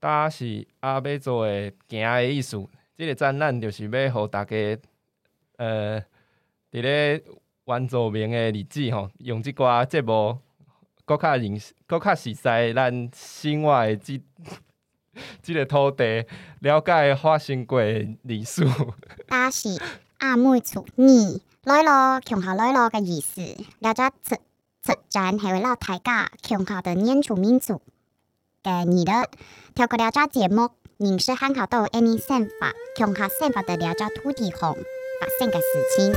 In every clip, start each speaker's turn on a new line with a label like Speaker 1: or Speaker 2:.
Speaker 1: 搭是阿要做诶行诶意思。即、个展览就是要互大家，呃，伫咧原住民诶日子吼，用即寡节目，搁较认识、搁较熟悉咱生活诶 即即个土地，了解发生过诶历史。
Speaker 2: 搭是阿妹处你来咯，琼好来咯的意思，了解出出展系为了大家琼好的原住民族嘅你的，透过了解节目，认识汉考到 any 想法，琼好想法的了解土地红发生嘅事情。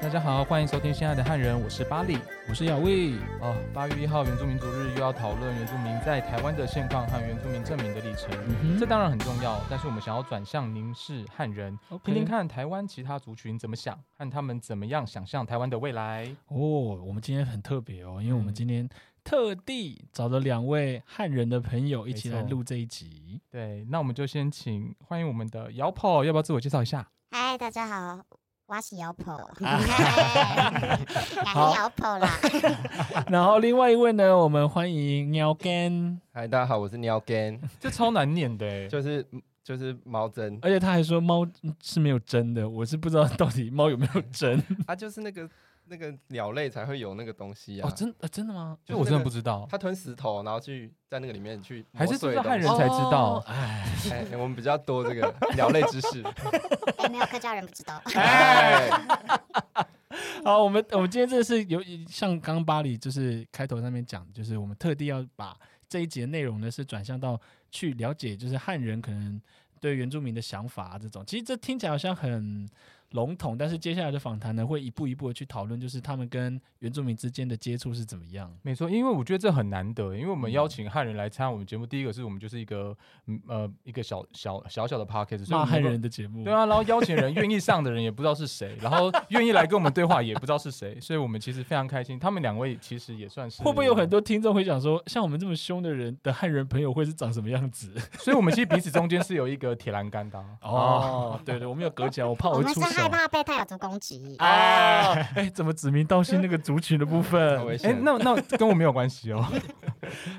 Speaker 3: 大家好，欢迎收听《现在的汉人》，我是巴里。
Speaker 4: 我是雅卫，
Speaker 3: 哦，八月一号原住民族日又要讨论原住民在台湾的现况和原住民证明的历程，
Speaker 4: 嗯
Speaker 3: 这当然很重要，但是我们想要转向凝视汉人，
Speaker 4: 哼，
Speaker 3: 听听看台湾其他族群怎么想，和他们怎么样想象台湾的未来。
Speaker 4: 哦。我们今天很特别哦，因为我们
Speaker 3: 嗯
Speaker 4: 今天特地找了两位汉人的朋友一起来
Speaker 3: 没错
Speaker 4: 录这一集。
Speaker 3: 对，那我们就先请欢迎我们的姚炮，要不要自我介绍一下？
Speaker 2: 嗨，大家好，我是姚婆，
Speaker 4: 啊
Speaker 2: 嗨，
Speaker 4: 好
Speaker 2: 我是姚婆啦。
Speaker 4: 然后另外一位呢，我们欢迎喵干，
Speaker 1: 嗨，大家好，我是鸟根，
Speaker 3: 这超难念的欸，
Speaker 1: 就是就是毛针
Speaker 4: 而且他还说猫是没有针的，我是不知道到底猫有没有针。
Speaker 1: 啊，就是那个那个鸟类才会有那个东西啊。
Speaker 4: 哦，真呃真的吗？
Speaker 3: 就我真的不知道，
Speaker 1: 它吞石头，然后去在那个里面去磨
Speaker 3: 还是
Speaker 1: 碎
Speaker 3: 这是汉人
Speaker 1: 东西
Speaker 3: 才知道
Speaker 4: 哦哎，
Speaker 1: 哎、哎我们比较多这个鸟类知识。
Speaker 2: 哎、没有客家人不知道。
Speaker 1: 哎，
Speaker 4: 好，我们我们今天真的是有像刚刚巴黎就是开头上面讲，就是我们特地要把这一节内容呢是转向到去了解，就是汉人可能对原住民的想法、啊、这种。其实这听起来好像很笼统，但是接下来的访谈呢会一步一步的去讨论，就是他们跟原住民之间的接触是怎么样。
Speaker 3: 没错，因为我觉得这很难得，因为我
Speaker 4: 嗯
Speaker 3: 们邀请汉人来参加我们节目，第一个是我们就是一个嗯呃一个小小小小的 p o c k e t 所以我
Speaker 4: 骂
Speaker 3: 们
Speaker 4: 汉
Speaker 3: 能够
Speaker 4: 人的节目，
Speaker 3: 对，啊，然后邀请人愿意上的人也不知道是谁，然后愿意来跟我们对话也不知道是谁，所以我们其实非常开心。他们两位其实也算是
Speaker 4: 会不会有很？多听众会想说，像我们这么凶的人的汉人朋友会是长什么样子？
Speaker 3: 所以我们其实彼此中间是有一个铁栏杆的啊、
Speaker 4: 哦， 对对，我们有隔起来，我怕
Speaker 2: 我
Speaker 4: 会
Speaker 2: 们
Speaker 4: 出
Speaker 2: 是
Speaker 4: 手
Speaker 2: 害。怕被太有族攻击。
Speaker 4: 啊，哎，怎么指名道姓那个族群的部分
Speaker 1: 好？危
Speaker 3: 哎、
Speaker 1: 险。
Speaker 3: 那那跟我没有关系哦。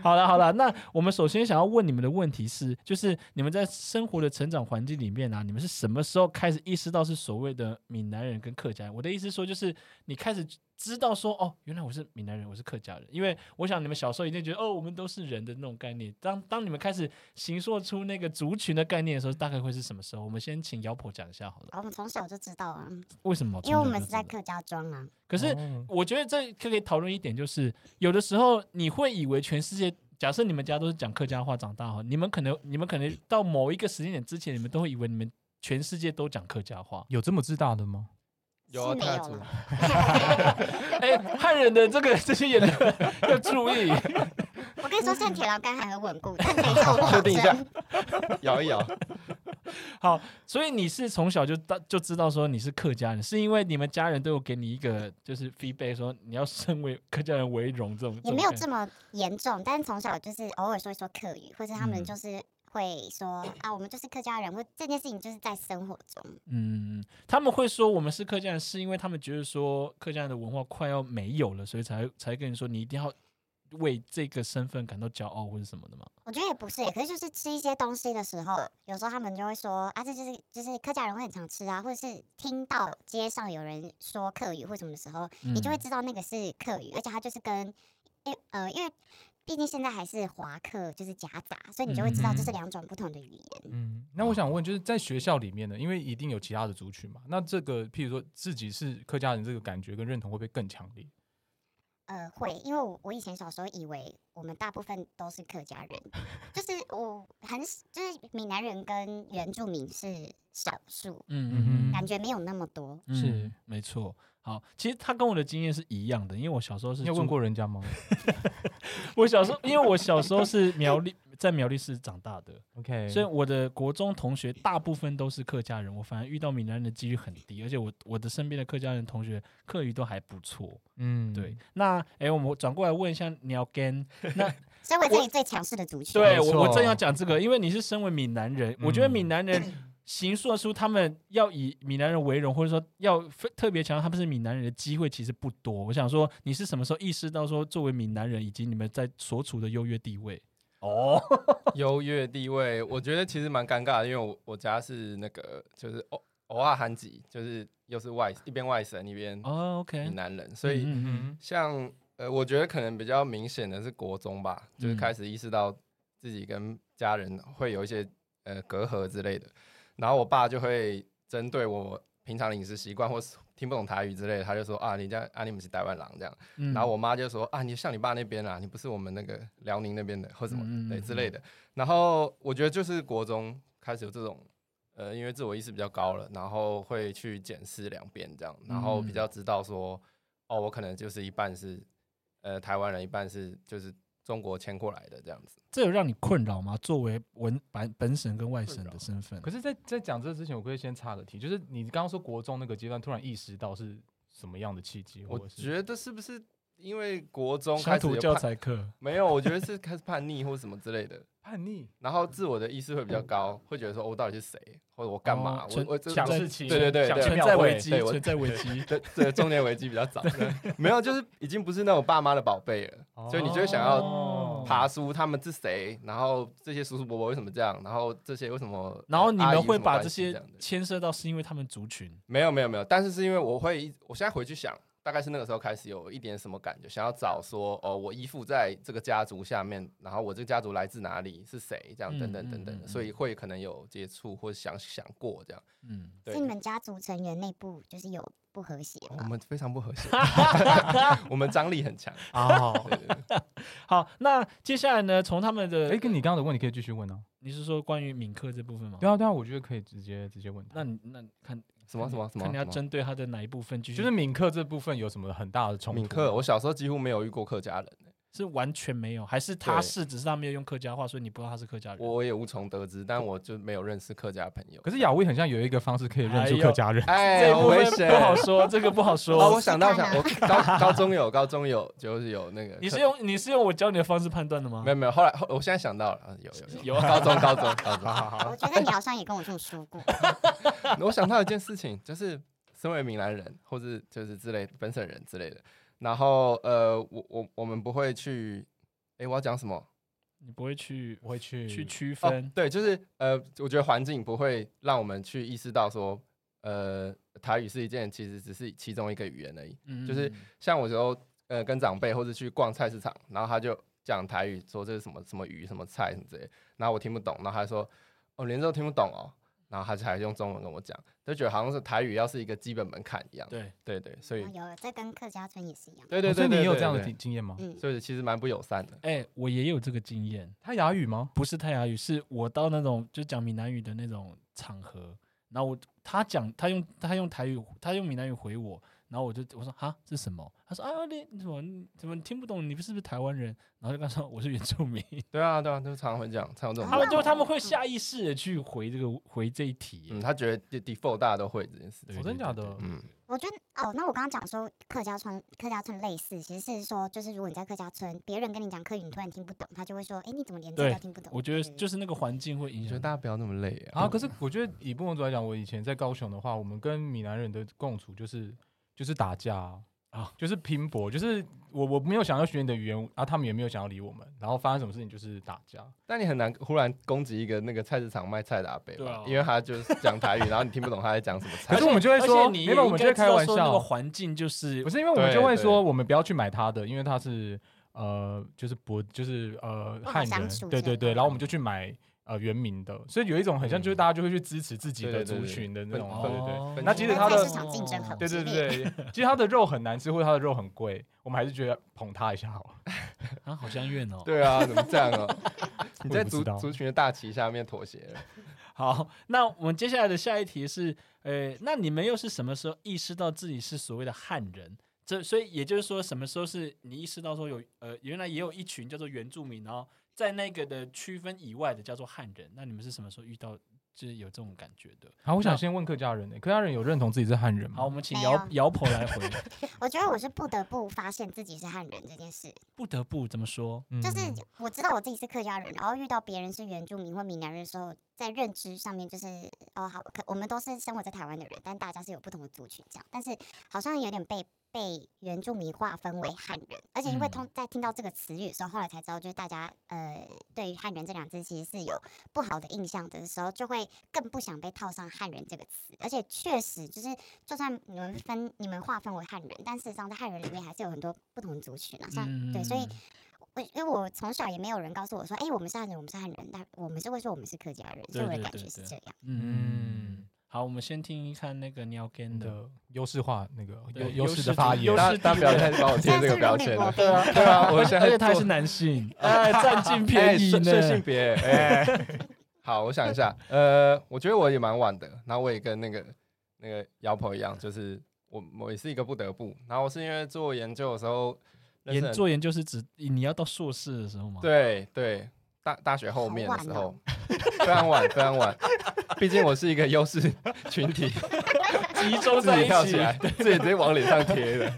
Speaker 4: 好了好了，那我们首先想要问你们的问题是，就是你们在生活的成长环境里面啊，你们是什么时候开始意识到是所谓的闽南人跟客家人？我的意思说，就是你开始知道说，哦，原来我是闽南人，我是客家人，因为我想你们小时候一定觉得，哦，我们都是人的那种概念。当当你们开始形塑出那个族群的概念的时候，大概会是什么时候？我们先请姚婆讲一下好了，
Speaker 2: 我们从小就知道啊，
Speaker 4: 为什么？
Speaker 2: 因为我
Speaker 4: 从
Speaker 2: 们
Speaker 4: 小就是知
Speaker 2: 在
Speaker 4: 道
Speaker 2: 客家庄啊。
Speaker 4: 可是
Speaker 3: 哦
Speaker 4: 我觉得这可以讨论一点，就是有的时候你会以为全世界，假设你们家都是讲客家话长大哈，你们可能你们可能到某一个时间点之前，你们都会以为你们全世界都讲客家
Speaker 3: 。
Speaker 4: 话
Speaker 3: 有这么自大的吗？
Speaker 1: 有啊
Speaker 2: 是没
Speaker 1: 它
Speaker 2: 有
Speaker 1: 主
Speaker 2: 啦
Speaker 4: 哎，汉人的这个这些言论要注意。
Speaker 2: 我跟你说，现在铁栏杆还很稳固，但等一下我
Speaker 1: 确
Speaker 2: 保
Speaker 1: 定一下
Speaker 2: 证。
Speaker 1: 摇一摇，
Speaker 4: 好，所以你是从小就到就知道说你是客家人，是因为你们家人都有给你一个就是 feedback 说你要身为客家人为荣这种。
Speaker 2: 也没有
Speaker 4: 种
Speaker 2: 这么严重，但是从小就是偶尔说一说客语，或者他们
Speaker 4: 嗯
Speaker 2: 就是会说、啊，我们就是客家人，或这件事情就是在生活中。
Speaker 4: 嗯，他们会说我们是客家人，是因为他们觉得说客家人的文化快要没有了，所以才才跟你说你一定要为这个身份感到骄傲或者什么的嘛。
Speaker 2: 我觉得也不是耶，欸可是就是吃一些东西的时候，有时候他们就会说啊，这就是就是客家人会很常吃啊，或者是听到街上有人说客语或什么的时候，你就会
Speaker 4: 嗯
Speaker 2: 知道那个是客语，而且它就是跟，因为呃，因为毕竟现在还是华客，就是夹杂，所以你就会知道这是
Speaker 3: 嗯
Speaker 2: 两种不同的语言。
Speaker 3: 嗯，那我想问，就是在学校里面呢，因为一定有其他的族群嘛，那这个譬如说自己是客家人，这个感觉跟认同会不会更强烈？
Speaker 2: 呃，会，因为我我以前小时候以为我们大部分都是客家人，就是我很就是闽南人跟原住民是少数，
Speaker 4: 嗯
Speaker 3: 嗯
Speaker 2: 感觉没有那么多。
Speaker 4: 嗯
Speaker 3: 是
Speaker 4: 嗯没错。好，其实他跟我的经验是一样的，因为我小时候是
Speaker 3: 你有问
Speaker 4: 住
Speaker 3: 过人家吗
Speaker 4: 我小时候，因为我小时候是苗栗，在苗栗市长大的，
Speaker 3: ？OK，
Speaker 4: 所以我的国中同学大部分都是客家人，我反而遇到闽南人的几率很低，而且我我的身边的客家人同学客语都还不错。
Speaker 3: 嗯
Speaker 4: 对，，那哎，我们转过来问一下鸟根，那
Speaker 2: 所以我
Speaker 4: 我
Speaker 2: 这里最强势的族群，
Speaker 4: 对
Speaker 3: 没
Speaker 4: 我，我正
Speaker 3: 错
Speaker 4: 要讲这个，因为你是身为闽南人，我觉得
Speaker 3: 嗯
Speaker 4: 闽南人形塑出他们要以闽南人为荣，或者说要非特别强调他们是闽南人的机会其实不多。我想说，你是什么时候意识到说作为闽南人以及你们在所处的优越地位？
Speaker 3: 哦，
Speaker 1: 优越地位，我觉得其实蛮尴尬的，因为我我家是那个就是偶偶尔韩籍，就是又是外一边外省一边
Speaker 4: 哦，OK，
Speaker 1: 闽南人，所以
Speaker 4: 嗯嗯
Speaker 3: 嗯，
Speaker 1: 像呃，我觉得可能比较明显的是国中吧，就是
Speaker 4: 嗯
Speaker 1: 开始意识到自己跟家人会有一些呃隔阂之类的，然后我爸就会针对我平常的饮食习惯或是听不懂台语之类的，他就说啊，你家啊你们是台湾狼这样。
Speaker 4: 嗯
Speaker 1: 然后我妈就说啊，你像你爸那边啦，你不是我们那个辽宁那边的或什么
Speaker 4: 嗯嗯
Speaker 1: 对
Speaker 4: 嗯
Speaker 1: 之类的。然后我觉得就是国中开始有这种，呃，因为自我意识比较高了，然后会去检视两边这样，然后比
Speaker 4: 嗯
Speaker 1: 较知道说，哦，我可能就是一半是呃台湾人，一半是就是中国迁过来的这样子。
Speaker 4: 这有让你困扰吗？作为文本本省跟外省
Speaker 1: 困
Speaker 4: 的
Speaker 1: 扰
Speaker 4: 身份，
Speaker 3: 可是在，在讲这之前，我可以先插个题，就是你刚刚说国中那个阶段，突然意识到是什么样的契机，
Speaker 1: 我
Speaker 3: 或者是
Speaker 1: 觉得是不是因为国中
Speaker 4: 乡
Speaker 1: 开始
Speaker 4: 土
Speaker 1: 有
Speaker 4: 教
Speaker 1: 叛
Speaker 4: 材课，
Speaker 1: 没有？我觉得是开始叛逆或什么之类的。
Speaker 3: 叛逆，
Speaker 1: 然后自我的意识会比较高，会觉得说、哦我到底是谁，或者我干嘛，
Speaker 4: 嗯哦
Speaker 1: 我
Speaker 4: 存
Speaker 1: 我这
Speaker 4: 想
Speaker 1: 这
Speaker 4: 事
Speaker 3: 情
Speaker 1: 对对对
Speaker 3: 想
Speaker 1: 对
Speaker 3: 去
Speaker 4: 存
Speaker 3: 庙
Speaker 4: 在
Speaker 3: 会
Speaker 4: 危机，
Speaker 1: 对我
Speaker 4: 存在危机。
Speaker 1: 对对，中年危机比较早，对 没有，就是已经不是那种爸妈的宝贝了，所以你就会想要
Speaker 4: 哦
Speaker 1: 爬书，他们是谁，然后这些叔叔伯伯为什么这样，然后这些为什么，
Speaker 4: 然后你
Speaker 1: 阿姨
Speaker 4: 们
Speaker 1: 有什
Speaker 4: 会
Speaker 1: 么
Speaker 4: 把
Speaker 1: 关
Speaker 4: 这
Speaker 1: 系
Speaker 4: 些
Speaker 1: 样的
Speaker 4: 牵涉到，是因为他们族群
Speaker 1: 没有没有没有，但是是因为我会一，我现在回去想，大概是那个时候开始有一点什么感觉，想要找说哦，我依附在这个家族下面，然后我这个家族来自哪里，是谁，这样
Speaker 4: 嗯
Speaker 1: 等等
Speaker 4: 嗯
Speaker 1: 等等
Speaker 4: 嗯
Speaker 1: 的，
Speaker 4: 嗯
Speaker 1: 所以会可能有接触或想想过这样，
Speaker 4: 嗯，
Speaker 1: 对哦
Speaker 2: 是你。们家族成员内部就是有不和谐
Speaker 1: 我
Speaker 2: 吗？
Speaker 1: 们非常不和 谐，我们张力很强。
Speaker 4: 哦
Speaker 3: 啊，
Speaker 1: 对对对
Speaker 4: 好，那接下来呢？从他们的，
Speaker 3: 哎，跟你刚刚的问题可以继续问啊。
Speaker 4: 你是说关于闽客这部分吗？
Speaker 3: 对啊，对啊，我觉得可以直接直接问他
Speaker 4: 那。你那你看
Speaker 1: 什么什么什么？
Speaker 4: 看你要
Speaker 1: 什么
Speaker 4: 针对他的哪一部分继续，
Speaker 3: 就是闽客这部分有什么很大的冲突？
Speaker 1: 闽客，我小时候几乎没有遇过客家人，
Speaker 4: 是完全没有，还是他
Speaker 1: 对
Speaker 4: 是只是他没有用客家话，所以你不知道他是客家人？
Speaker 1: 我也无从得知，但我就没有认识客家朋友。
Speaker 3: 可是雅威很像有一个方式可以认
Speaker 4: 哎
Speaker 3: 出
Speaker 4: 呦
Speaker 3: 客家人，
Speaker 1: 哎，
Speaker 4: 这
Speaker 1: 好
Speaker 4: 部
Speaker 1: 危
Speaker 4: 分
Speaker 1: 险
Speaker 4: 不好说，这个不好
Speaker 1: 哦，
Speaker 4: 说
Speaker 1: 我。想到
Speaker 2: 试
Speaker 1: 想，
Speaker 2: 探
Speaker 1: 我高高中有，高中有，就是有那个。
Speaker 4: 你是用你是用我教你的方式判断的吗
Speaker 1: 没？有没有，后来后我现在想到了，啊有有
Speaker 4: 有
Speaker 1: 高中高中高中。
Speaker 2: 我觉得你好像也跟我这么说过，
Speaker 1: 我想到一件事情，就是身为闽南人，或是就是之类本省人之类的，然后呃，我我我们不会去，哎，我要讲什么？
Speaker 4: 你不会去
Speaker 3: 我会去
Speaker 4: 去区
Speaker 1: 哦
Speaker 4: 分，，
Speaker 1: 对，就是呃，我觉得环境不会让我们去意识到说，呃，台语是一件其实只是其中一个语言而已。
Speaker 4: 嗯
Speaker 1: 就是像我有时候呃跟长辈或者去逛菜市场，然后他就讲台语说这是什么什么鱼什么菜什么之类，然后我听不懂，然后他说哦连这都听不懂哦，然后他就还用中文跟我讲，就觉得好像是台语要是一个基本门槛一样。
Speaker 4: 嗯
Speaker 1: 对
Speaker 4: 对，
Speaker 1: 对，所以
Speaker 2: 哦有这跟客家村也是一样。
Speaker 1: 对
Speaker 3: 哦
Speaker 1: 对
Speaker 3: 所
Speaker 1: 对，
Speaker 3: 以你
Speaker 1: 对
Speaker 3: 也有
Speaker 1: 对
Speaker 3: 这样的
Speaker 1: 对
Speaker 3: 经经验吗？
Speaker 2: 嗯，
Speaker 1: 所以其实蛮不友善的。
Speaker 4: 哎，我也有这个经验，
Speaker 3: 他哑语吗？
Speaker 4: 不是泰雅语，是我到那种就讲闽南语的那种场合，然后我他讲他用他用台语，他用闽南语回我，然后我就我说哈这是什么？他说啊你你怎么你怎么你听不懂？你不是不是台湾人？然后就跟他说我是原住民，
Speaker 1: 对啊对啊，就常常会讲，常有这种
Speaker 2: 啊
Speaker 4: 他
Speaker 1: 状
Speaker 4: 们
Speaker 1: 况。
Speaker 4: 就他们会下意识的去回这个回这一题。
Speaker 1: 嗯，他觉得 default 大家都会这件事
Speaker 4: 对
Speaker 1: 情。
Speaker 3: 哦真假的
Speaker 4: 对对对
Speaker 1: 嗯，
Speaker 2: 我觉得哦，那我刚刚讲说客家村，客家村类似，其实是说，就是如果你在客家村，别人跟你讲客语，你突然听不懂，他就会说，哎，你怎么连这
Speaker 4: 对
Speaker 2: 都听不懂？
Speaker 4: 我觉得
Speaker 2: 嗯
Speaker 4: 就是那个环境会
Speaker 1: 我
Speaker 4: 影
Speaker 1: 觉得
Speaker 4: 响
Speaker 1: 大家不要那么累啊。
Speaker 3: 嗯啊，可是我觉得以部分族来讲，我以前在高雄的话，我们跟闽南人的共处就是就是打架啊，
Speaker 4: 啊
Speaker 3: 就是拼搏，就是我我没有想要学你的语言，啊，他们也没有想要理我们，然后发生什么事情就是打架。
Speaker 1: 但你很难忽然攻击一个那个菜市场卖菜的阿伯
Speaker 4: 对啊
Speaker 1: 吧，因为他就是讲台语，然后你听不懂他在讲什么菜。
Speaker 3: 可是我们就会
Speaker 4: 而
Speaker 3: 说，
Speaker 4: 且你
Speaker 3: 没有，我们就会开玩
Speaker 4: 应该知道说那个
Speaker 3: 笑，
Speaker 4: 环境就是
Speaker 3: 不是因为我们
Speaker 1: 对
Speaker 3: 就会说
Speaker 1: 对
Speaker 3: 我们不要去买他的，因为他是呃就是博就是呃
Speaker 2: 好
Speaker 3: 汉人
Speaker 2: 相处，
Speaker 3: 对
Speaker 2: 这
Speaker 3: 对
Speaker 2: 样
Speaker 3: 对，然后我们就去买呃原民的，所以有一种很像就是
Speaker 1: 嗯
Speaker 3: 大家就会去支持自己
Speaker 1: 对
Speaker 3: 的
Speaker 1: 对对
Speaker 3: 族
Speaker 1: 对
Speaker 3: 群的那
Speaker 1: 分
Speaker 3: 种，对
Speaker 1: 分
Speaker 3: 对对。
Speaker 4: 哦
Speaker 1: 那其实他
Speaker 2: 在
Speaker 1: 的嗯
Speaker 2: 市场竞争很
Speaker 3: 对对
Speaker 2: 激
Speaker 3: 对对，其实它的肉很难吃，或者它的肉很贵，我们还是觉得捧它一下好了。
Speaker 4: 啊，好像怨哦。
Speaker 1: 对啊，怎么这样哦？ 你
Speaker 3: 我
Speaker 1: 在
Speaker 3: 也不
Speaker 1: 族
Speaker 3: 知道
Speaker 1: 族群的大旗下面妥协了。
Speaker 4: 好，那我们接下来的下一题是，呃，那你们又是什么时候意识到自己是所谓的汉人？这所以也就是说，什么时候是你意识到说有呃，原来也有一群叫做原住民，然后在那个的区分以外的叫做汉人？那你们是什么时候遇到就是有这种感觉的。
Speaker 3: 好，我想先问客家人、欸，客家人有认同自己是汉人
Speaker 4: 好，我
Speaker 3: 吗？
Speaker 4: 们请
Speaker 2: 没
Speaker 4: 姚
Speaker 2: 有
Speaker 4: 姚婆来回，
Speaker 2: 我觉得我是不得不发现自己是汉人这件事，
Speaker 4: 不得不怎么说？
Speaker 3: 嗯
Speaker 2: 就是我知道我自己是客家人，然后遇到别人是原住民或闽南人的时候，在认知上面就是哦好，可我们都是生活在台湾的人，但大家是有不同的族群这样，但是好像有点被被原住民划分为汉人，而且因为
Speaker 4: 嗯
Speaker 2: 通在听到这个词语的时候，后来才知道就是大家呃对于汉人这两字其实是有不好的印象的时候，就会更不想被套上汉人这个词，而且确实就是就算你们分你们划分为汉人，但事实上在汉人里面还是有很多不同的族群啊，像、对，所以
Speaker 4: 嗯
Speaker 2: 我因为我从小也没有人告诉我说，哎、我们是汉人，我们是汉人，但我们是会说我们是客家人，所以我
Speaker 4: 对对
Speaker 2: 的感
Speaker 4: 对
Speaker 2: 觉是
Speaker 4: 对
Speaker 2: 这样。
Speaker 4: 嗯，好，我们先听一看那个鸟根
Speaker 3: 你
Speaker 4: 的。
Speaker 3: 的优势化那个
Speaker 4: 对
Speaker 3: 优
Speaker 4: 优
Speaker 3: 优势
Speaker 4: 势
Speaker 3: 的发
Speaker 4: 地
Speaker 3: 言
Speaker 4: 优势，
Speaker 1: 大大家
Speaker 4: 地
Speaker 1: 不要
Speaker 4: 位
Speaker 1: 再帮我贴
Speaker 2: 现在
Speaker 1: 这
Speaker 2: 是
Speaker 1: 个
Speaker 2: 如
Speaker 1: 标
Speaker 2: 履
Speaker 1: 签
Speaker 2: 薄
Speaker 1: 了。
Speaker 2: 冰啊，
Speaker 1: 对啊，我现
Speaker 4: 而
Speaker 1: 在
Speaker 4: 且他还
Speaker 1: 做
Speaker 4: 是男性， 哎，占尽便宜
Speaker 1: 哎顺顺
Speaker 4: 呢
Speaker 1: 性。别，哎、 好，我想一下，呃，我觉得我也蛮晚的，然后我也跟那个那个姚婆一样，就是我我也是一个不得不，然后我是因为做研究的时候认识
Speaker 4: 研
Speaker 1: 很
Speaker 4: 做研究是指你要到硕士的时候吗？，啊
Speaker 1: 对对，大大学后
Speaker 2: 好
Speaker 1: 面的
Speaker 2: 晚
Speaker 1: 时
Speaker 2: 哦
Speaker 1: 候，非常晚，非常晚。毕竟我是一个优势群体，
Speaker 4: 集中
Speaker 1: 自
Speaker 4: 在
Speaker 1: 己
Speaker 4: 一
Speaker 1: 跳
Speaker 4: 起
Speaker 1: 起。来，自己直接往脸上贴的。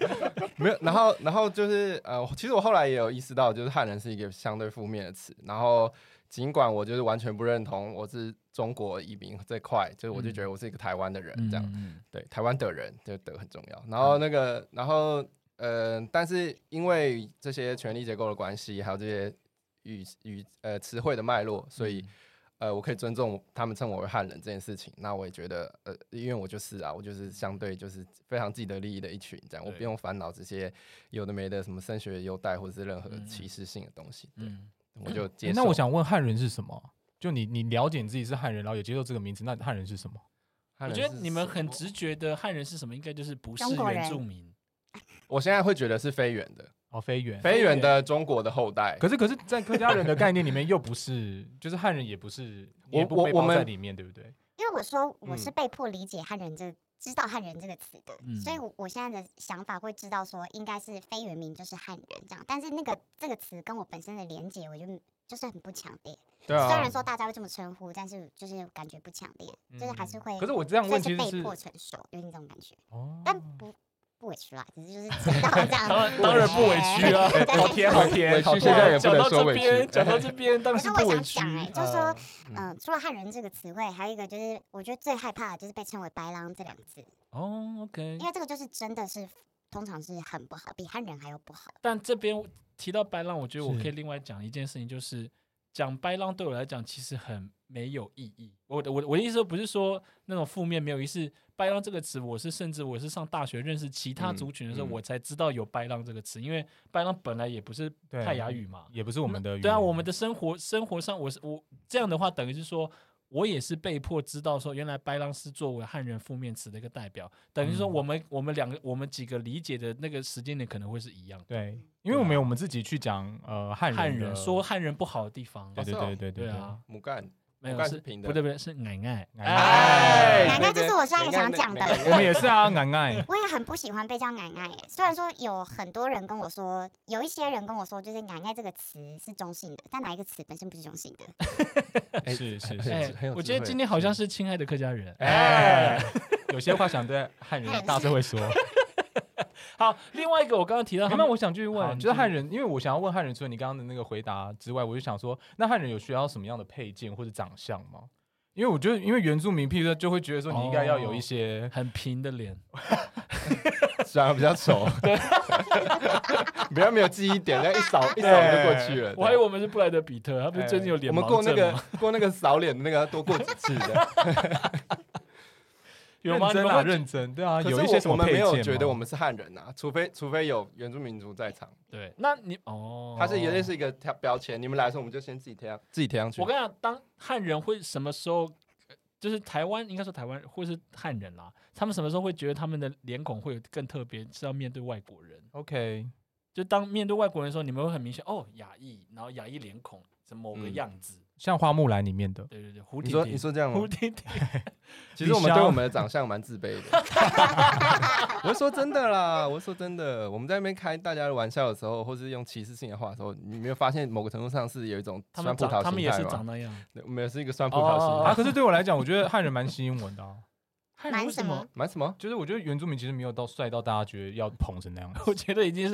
Speaker 1: 没有，然后然后就是呃，其实我后来也有意识到，就是汉人是一个相对负面的词。然后尽管我就是完全不认同我是中国移民这块，就是我就觉得我是一个台湾的人这样。
Speaker 4: 嗯，
Speaker 1: 对，台湾的人就德很重要。然后那个，然后呃，但是因为这些权力结构的关系，还有这些语语呃词汇的脉络，所以、
Speaker 4: 嗯
Speaker 1: 呃，我可以尊重他们称我为汉人这件事情。那我也觉得呃，因为我就是啊，我就是相对就是非常既得利益的一群，这样我
Speaker 4: 对
Speaker 1: 不用烦恼这些有的没的什么升学优待或者是任何
Speaker 4: 嗯嗯
Speaker 1: 歧视性的东西。对，
Speaker 4: 嗯，
Speaker 1: 我就接
Speaker 3: 欸
Speaker 1: 受。
Speaker 3: 那我想问汉人是什么？就你你了解你自己是汉人，然后也接受这个名字，那汉人是什么？
Speaker 4: 我
Speaker 1: 汉人是什么，
Speaker 4: 觉得你们很直觉的汉人是什么？应该就是不是
Speaker 2: 中国人
Speaker 4: 原住民。
Speaker 1: 我现在会觉得是非原的，
Speaker 3: 哦，非原。
Speaker 1: 非
Speaker 4: 原
Speaker 1: 原的中国的后代。
Speaker 3: 可是可是，在客家人的概念里面，又不是，就是汉人也不是，
Speaker 1: 我
Speaker 3: 也不
Speaker 1: 我
Speaker 3: 被
Speaker 1: 我
Speaker 3: 包在
Speaker 1: 们
Speaker 3: 里面，对不对？
Speaker 2: 因为我说我是
Speaker 1: 嗯
Speaker 2: 被迫理解“汉人”这、知道“汉人”这个词的，
Speaker 4: 嗯
Speaker 2: 所以我我现在的想法会知道说，应该是非原民就是汉人这样。但是那个这个词跟我本身的连结，我就就是很不强烈。
Speaker 1: 对啊，
Speaker 2: 虽然说大家会这么称呼，但是就是感觉不强烈，就是还是会。
Speaker 3: 嗯啊可是我这样
Speaker 2: 所以
Speaker 3: 问，
Speaker 2: 是
Speaker 3: 其实
Speaker 2: 被
Speaker 3: 是
Speaker 2: 迫成熟，有点这种感觉，
Speaker 3: 哦，
Speaker 2: 但不不委屈啦，只是就是知道这样。
Speaker 4: 当然当然不委屈啊
Speaker 2: 对
Speaker 4: 好甜好
Speaker 1: 委
Speaker 4: 甜，
Speaker 1: 屈 现在也不
Speaker 4: 讲
Speaker 1: 能
Speaker 4: 到
Speaker 1: 说
Speaker 4: 这
Speaker 1: 委屈
Speaker 4: 边， 讲到这边，当
Speaker 2: 可
Speaker 4: 然
Speaker 2: 是
Speaker 4: 不
Speaker 2: 我想
Speaker 4: 委屈。
Speaker 2: 讲哎、就说
Speaker 4: 呃，
Speaker 2: 嗯、除了汉人这个词汇，还有一个就是，我觉得最害怕的就是被称为白狼这两个字，
Speaker 4: 哦，OK
Speaker 2: 因。为这个就是真的是通常是很不好，比汉人还要不好。
Speaker 4: 但这边提到白浪，我觉得我
Speaker 3: 是
Speaker 4: 可以另外讲一件事情，就是讲白浪对我来讲其实很没有意义。我的我的我的意思说不是说那种负面没有意思，白浪这个词，我是甚至我是上大学认识其他
Speaker 1: 嗯
Speaker 4: 族群的时候，
Speaker 1: 嗯
Speaker 4: 我才知道有白浪这个词，因为白浪本来也不是
Speaker 3: 对
Speaker 4: 泰雅语嘛，
Speaker 3: 也不是我们的语言，
Speaker 4: 对啊，我们的生活生活上，我是我这样的话，等于是说我也是被迫知道说，原来白狼是作为汉人负面词的一个代表，等于说
Speaker 3: 嗯
Speaker 4: 我们、我们两个我们几个理解的那个时间点可能会是一样的。
Speaker 3: 对，因为我们有我们自己去讲呃汉
Speaker 4: 啊汉
Speaker 3: 人
Speaker 4: 人
Speaker 3: 的
Speaker 4: 说，汉人不好的地方，
Speaker 3: 对对对对
Speaker 4: 对
Speaker 3: 对，
Speaker 4: 啊，
Speaker 1: 母干，
Speaker 4: 没有
Speaker 1: 我看
Speaker 4: 是
Speaker 1: 是平的
Speaker 4: 不对不对是奶奶，
Speaker 3: 奶
Speaker 4: 哎
Speaker 2: 奶
Speaker 3: 奶
Speaker 2: 奶就是我上一
Speaker 1: 一
Speaker 2: 想讲的
Speaker 3: 我们也是啊，奶
Speaker 4: 哎
Speaker 3: 奶，
Speaker 2: 我也很不喜欢被叫奶奶、欸，虽然说有很多人跟我说，有一些人跟我说，就是奶奶这个词是中性的，但哪一个词本身不是中性的？
Speaker 1: 哎
Speaker 3: 是 是
Speaker 1: 很
Speaker 4: 哎
Speaker 3: 是，
Speaker 1: 有很有
Speaker 4: 我
Speaker 1: 智
Speaker 4: 觉得
Speaker 1: 慧
Speaker 4: 今天好像是亲爱的客家人。
Speaker 3: 哎，有些话想对汉
Speaker 2: 汉
Speaker 3: 人
Speaker 2: 人
Speaker 3: 大声会说。
Speaker 4: 好，另外一个我刚刚提到他
Speaker 3: 欸
Speaker 4: 们
Speaker 3: 那我想继续
Speaker 4: 好
Speaker 3: 问，
Speaker 4: 你
Speaker 3: 就是
Speaker 4: 继
Speaker 3: 汉
Speaker 4: 续
Speaker 3: 人，因为我想要问汉人，除了你刚刚的那个回答之外，我就想说，那汉人有需要什么样的配件或者长相吗？因为我觉得，因为原住民，譬如说，就会觉得说你应该要
Speaker 4: 哦
Speaker 3: 有一些，
Speaker 4: 很平的脸，
Speaker 1: 长得比较 丑，比较没有记忆点，那一扫一扫就过去了。
Speaker 4: 我还以为我们是布莱德比特，他不是最近有
Speaker 1: 哎我
Speaker 4: 脸
Speaker 1: 们
Speaker 4: 盲
Speaker 1: 过那
Speaker 4: 症
Speaker 1: 个
Speaker 4: 吗？
Speaker 1: 过那个扫脸的那个多过几次的，
Speaker 4: 有吗？
Speaker 3: 认真
Speaker 4: 你们会
Speaker 3: 啊，认真，对啊，
Speaker 1: 可
Speaker 3: 有
Speaker 1: 是
Speaker 3: 一些
Speaker 1: 我
Speaker 3: 什
Speaker 1: 我
Speaker 3: 么
Speaker 1: 们
Speaker 3: 配
Speaker 1: 没
Speaker 3: 件吗？
Speaker 1: 有觉得我们是汉人啊，除非除非有原住民族在场，
Speaker 4: 对，那你哦，
Speaker 1: 它是也类似一个贴标签。你们来的时候，我们就先自己贴上自己贴上去
Speaker 4: 我。跟你讲，当汉人会什么时候，呃就是台湾应该说台湾或是汉人啦，他们什么时候会觉得他们的脸孔会有更特别，是要面对外国人。
Speaker 3: OK，
Speaker 4: 就当面对外国人的时候，你们会很明显哦，亚裔，然后亚裔脸孔是某个
Speaker 1: 嗯
Speaker 4: 样子，
Speaker 3: 像花木兰里面的，
Speaker 4: 对对对，胡
Speaker 1: 你
Speaker 4: 婷
Speaker 1: 说
Speaker 4: 婷
Speaker 1: 你说这样吗
Speaker 4: 胡？婷婷，
Speaker 1: 其实我们对我们的长相蛮自卑的。我是说真的 啦，我是说真的，我们在那边开大家的玩笑的时候，或是用歧视性的话的时候，你没有发现某个程度上是有一种
Speaker 4: 他
Speaker 1: 酸
Speaker 4: 们
Speaker 1: 葡萄
Speaker 4: 长他们
Speaker 1: 心
Speaker 4: 也
Speaker 1: 态
Speaker 4: 是
Speaker 1: 吗
Speaker 4: 长？那样，
Speaker 1: 对我们也是一个 酸葡萄
Speaker 4: 哦
Speaker 1: 心
Speaker 3: 啊，
Speaker 1: 态。
Speaker 3: 可是对我来讲，我觉得汉人蛮吸引我的、啊。
Speaker 4: 汉人
Speaker 2: 蛮
Speaker 4: 为
Speaker 2: 什么
Speaker 4: 么？
Speaker 1: 蛮什么？
Speaker 3: 就是我觉得原住民其实没有到帅到大家觉得要捧成那样
Speaker 4: 我觉得已经是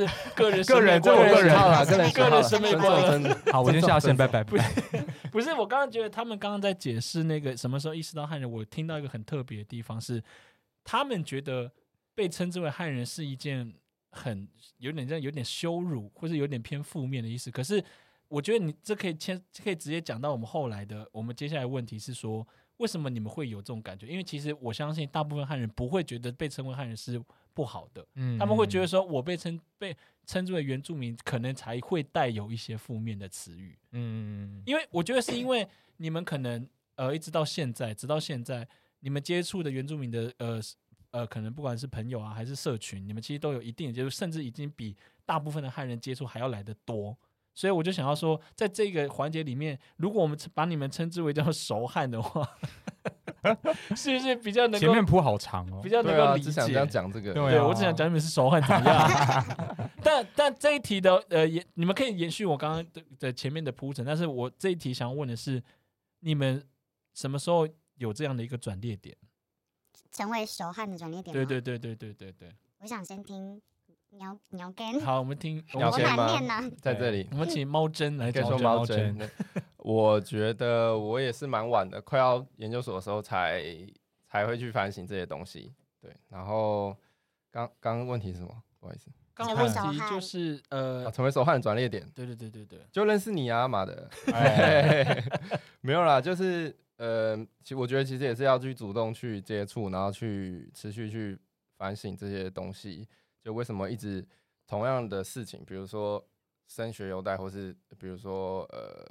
Speaker 4: 个人
Speaker 1: 个人，
Speaker 4: 个
Speaker 1: 这我个人
Speaker 4: 喜好
Speaker 1: 好
Speaker 4: 啦
Speaker 1: 啦，个
Speaker 2: 个人
Speaker 1: 人
Speaker 2: 喜好
Speaker 1: 尊
Speaker 2: 啦个人审美
Speaker 1: 重 真的。
Speaker 3: 好，我先下线，拜拜。
Speaker 4: 不是，我刚刚觉得他们刚刚在解释那个什么时候意识到汉人，我听到一个很特别的地方是，他们觉得被称之为汉人是一件很有点像有点羞辱，或是有点偏负面的意思。可是我觉得你这可以牵，可以直接讲到我们后来的，我们接下来的问题是说，为什么你们会有这种感觉？因为其实我相信大部分汉人不会觉得被称为汉人是不好的，
Speaker 3: 嗯
Speaker 4: 他们会觉得，说我被称被称之为原住民，可能才会带有一些负面的词语。
Speaker 3: 嗯，
Speaker 4: 因为我觉得是因为你们可能呃一直到现在，直到现在，你们接触的原住民的呃是呃，可能不管是朋友啊还是社群，你们其实都有一定的接触，甚至已经比大部分的汉人接触还要来得多。所以我就想要说，在这个环节里面，如果我们把你们称之为叫熟汉的话， 是不是比较能
Speaker 3: 前
Speaker 4: 够
Speaker 3: 面铺好长哦
Speaker 4: 比。较能
Speaker 1: 对
Speaker 4: 够
Speaker 1: 啊，
Speaker 4: 理解？
Speaker 1: 只想这样讲这个。
Speaker 3: 对
Speaker 4: 对
Speaker 3: 啊
Speaker 4: 我只想讲你们是熟很怎么样。但但这一题的呃，也你们可以延续我刚刚的的前面的铺陈，但是我这一题想问的是，你们什么时候有这样的一个转捩点？
Speaker 2: 成为熟汉的转捩点。
Speaker 4: 对，对对对对对对。
Speaker 2: 我想先听牛牛根，
Speaker 4: 好，我们听，我
Speaker 1: 鸟
Speaker 4: 们
Speaker 2: 我
Speaker 1: 先
Speaker 4: 请
Speaker 1: 吗
Speaker 2: 难念呢。
Speaker 1: 在这里
Speaker 4: 我们请猫真来
Speaker 1: 可以
Speaker 4: 讲
Speaker 1: 说
Speaker 3: 真
Speaker 1: 猫
Speaker 3: 猫
Speaker 1: 真。我觉得我也是蛮晚的，快要研究所的时候才才会去反省这些东西。对，然后刚刚刚问题是什么？不好意思，
Speaker 4: 刚刚
Speaker 3: 成为
Speaker 4: 问
Speaker 2: 熟
Speaker 4: 题
Speaker 2: 汉
Speaker 4: 就是
Speaker 1: 啊，
Speaker 4: 呃，
Speaker 1: 成为手汗转捩点，
Speaker 4: 对对对对对，
Speaker 1: 就认识你啊，妈的，
Speaker 3: 哎
Speaker 1: 没有啦，就是呃，其实我觉得其实也是要去主动去接触，然后去持续去反省这些东西，就为什么一直同样的事情，比如说升学优待，或是比如说呃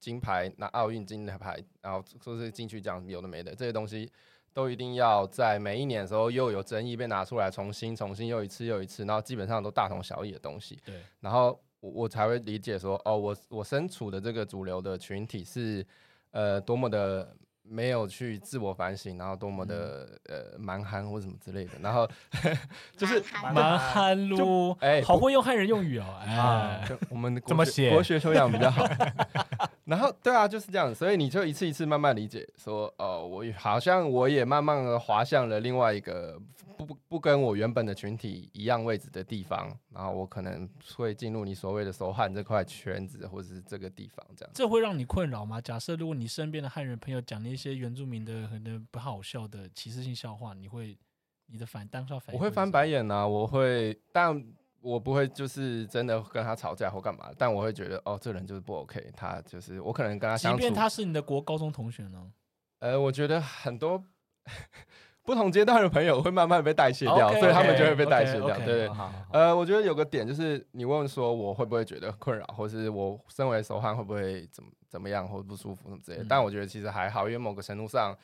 Speaker 1: 金牌拿奥运金牌，然后说是金曲奖有的没的这些东西。都一定要在每一年的时候又有争议被拿出来，重新、重新又一次又一次，然后基本上都大同小异的东西。
Speaker 4: 对，
Speaker 1: 然后我我才会理解说，哦，我我身处的这个主流的群体是，呃，多么的没有去自我反省，然后多么的、
Speaker 3: 嗯
Speaker 1: 呃蛮憨或什么之类的，然后就是
Speaker 2: 蛮憨的
Speaker 4: 蛮汉路，
Speaker 1: 哎
Speaker 4: 好
Speaker 1: 不
Speaker 4: 会用汉人用语哦，
Speaker 3: 啊
Speaker 4: 哎，
Speaker 1: 就我们 的国
Speaker 3: 怎么
Speaker 1: 学
Speaker 3: 写
Speaker 1: 国学修养比较 好。然后对啊，就是这样，所以你就一次一次慢慢理解，说哦，我也好像我也慢慢的滑向了另外一个不不不跟我原本的群体一样位置的地方，然后我可能会进入你所谓的手汗这块圈子或者是这个地方这样。
Speaker 4: 这会让你困扰吗？假设如果你身边的汉人朋友讲了一些原住民的可能不好笑的歧视性笑话，你会你的反当下反应
Speaker 1: 我会
Speaker 4: 是
Speaker 1: 翻
Speaker 4: 什
Speaker 1: 白
Speaker 4: 么，
Speaker 1: 眼呐、我会，但我不会就是真的跟他吵架或干嘛，但我会觉得哦，这人就是不 OK，他就是我可能跟他
Speaker 4: 即
Speaker 1: 相
Speaker 4: 便
Speaker 1: 处，
Speaker 4: 他是你的国高中同学呢。
Speaker 1: 呃，我觉得很多 不同阶段的朋友会慢慢被代谢掉
Speaker 4: OK，
Speaker 1: 所以他们
Speaker 4: OK，
Speaker 1: 就会被代谢掉
Speaker 4: OK，OK，
Speaker 1: 对。
Speaker 4: 好好好
Speaker 1: 呃，我觉得有个点就是，你问说我会不会觉得困扰，或是我身为手汗会不会怎么怎么样，或不舒服什么之类的。
Speaker 4: 嗯
Speaker 1: 但我觉得其实还好，因为某个程度上，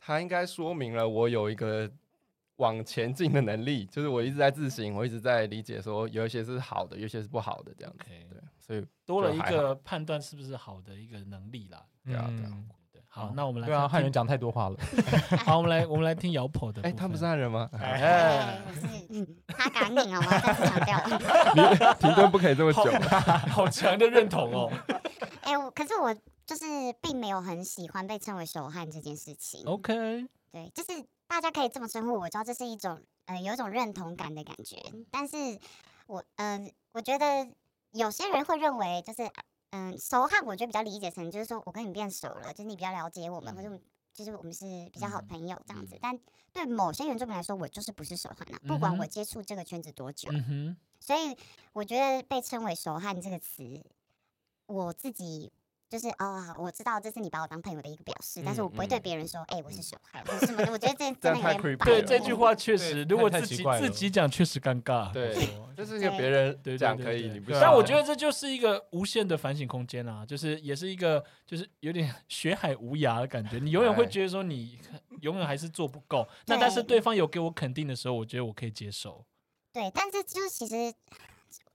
Speaker 1: 它应该说明了我有一个往前进的能力，就是我一直在自省，我一直在理解说有一些是好的，有一些是不好的这样子。
Speaker 4: OK，
Speaker 1: 对，所以
Speaker 4: 多了
Speaker 1: 就
Speaker 4: 一
Speaker 1: 还
Speaker 4: 个判断是不是好的一个能力啦。
Speaker 1: 对啊对啊
Speaker 3: 嗯
Speaker 4: 对，好，那我们来
Speaker 3: 对啊，
Speaker 4: 看
Speaker 3: 汉人讲太多话了。
Speaker 4: 好，我们来我们来听姚婆的部分。
Speaker 1: 哎、他不是汉人 吗？
Speaker 2: 哎，我是嗯他赶紧好吗？再次强调。
Speaker 1: 停顿不可以这么久。
Speaker 4: 好强的认同哦。
Speaker 2: 哎、我可是我就是并没有很喜欢被称为手汗这件事情。
Speaker 4: OK，嗯
Speaker 2: 对，就是大家可以这么称呼我，知道这是一种呃有一种认同感的感觉。但是我嗯、呃，我觉得有些人会认为就是嗯、熟汉，我觉得比较理解成就是说我跟你变熟了，就是你比较了解我们，或者我们就是我们是比较好
Speaker 4: 嗯
Speaker 2: 的朋友这样子。
Speaker 4: 嗯
Speaker 2: 但对某些原住民来说，我就是不是手汗啊，不管
Speaker 4: 嗯
Speaker 2: 我
Speaker 4: 哼
Speaker 2: 接触这个圈子多久，
Speaker 4: 嗯哼，
Speaker 2: 所以我觉得被称为“熟汉”这个词，我自己就是哦，我知道这是你把我当朋友的一个表示，但是
Speaker 1: 嗯
Speaker 2: 我不会对
Speaker 1: 嗯
Speaker 2: 别人说，哎、我是熟汉，我是什么的。我觉得这
Speaker 1: 这
Speaker 2: 真
Speaker 1: 样
Speaker 2: 的
Speaker 1: 太
Speaker 2: 有点
Speaker 1: creepy
Speaker 2: 白
Speaker 4: 对
Speaker 1: 了
Speaker 4: 这句话确实，
Speaker 3: 对
Speaker 4: 如果
Speaker 3: 太
Speaker 4: 自
Speaker 3: 奇
Speaker 4: 己
Speaker 3: 怪了
Speaker 4: 自己讲确实尴尬。
Speaker 1: 对，这是一个
Speaker 2: 对
Speaker 1: 别人
Speaker 4: 对
Speaker 1: 讲
Speaker 4: 对
Speaker 1: 可以，
Speaker 4: 对
Speaker 1: 你不
Speaker 3: 对
Speaker 1: 行
Speaker 4: 但
Speaker 3: 啊
Speaker 4: 我觉得这就是一个无限的反省空间啦、就是也是一个就是有点 学海无涯的感觉。你永远
Speaker 1: 哎
Speaker 4: 会觉得说你永远还是做不 够，那但是对方有给我肯定的时候，我觉得我可以接受。
Speaker 2: 对，但是就是其实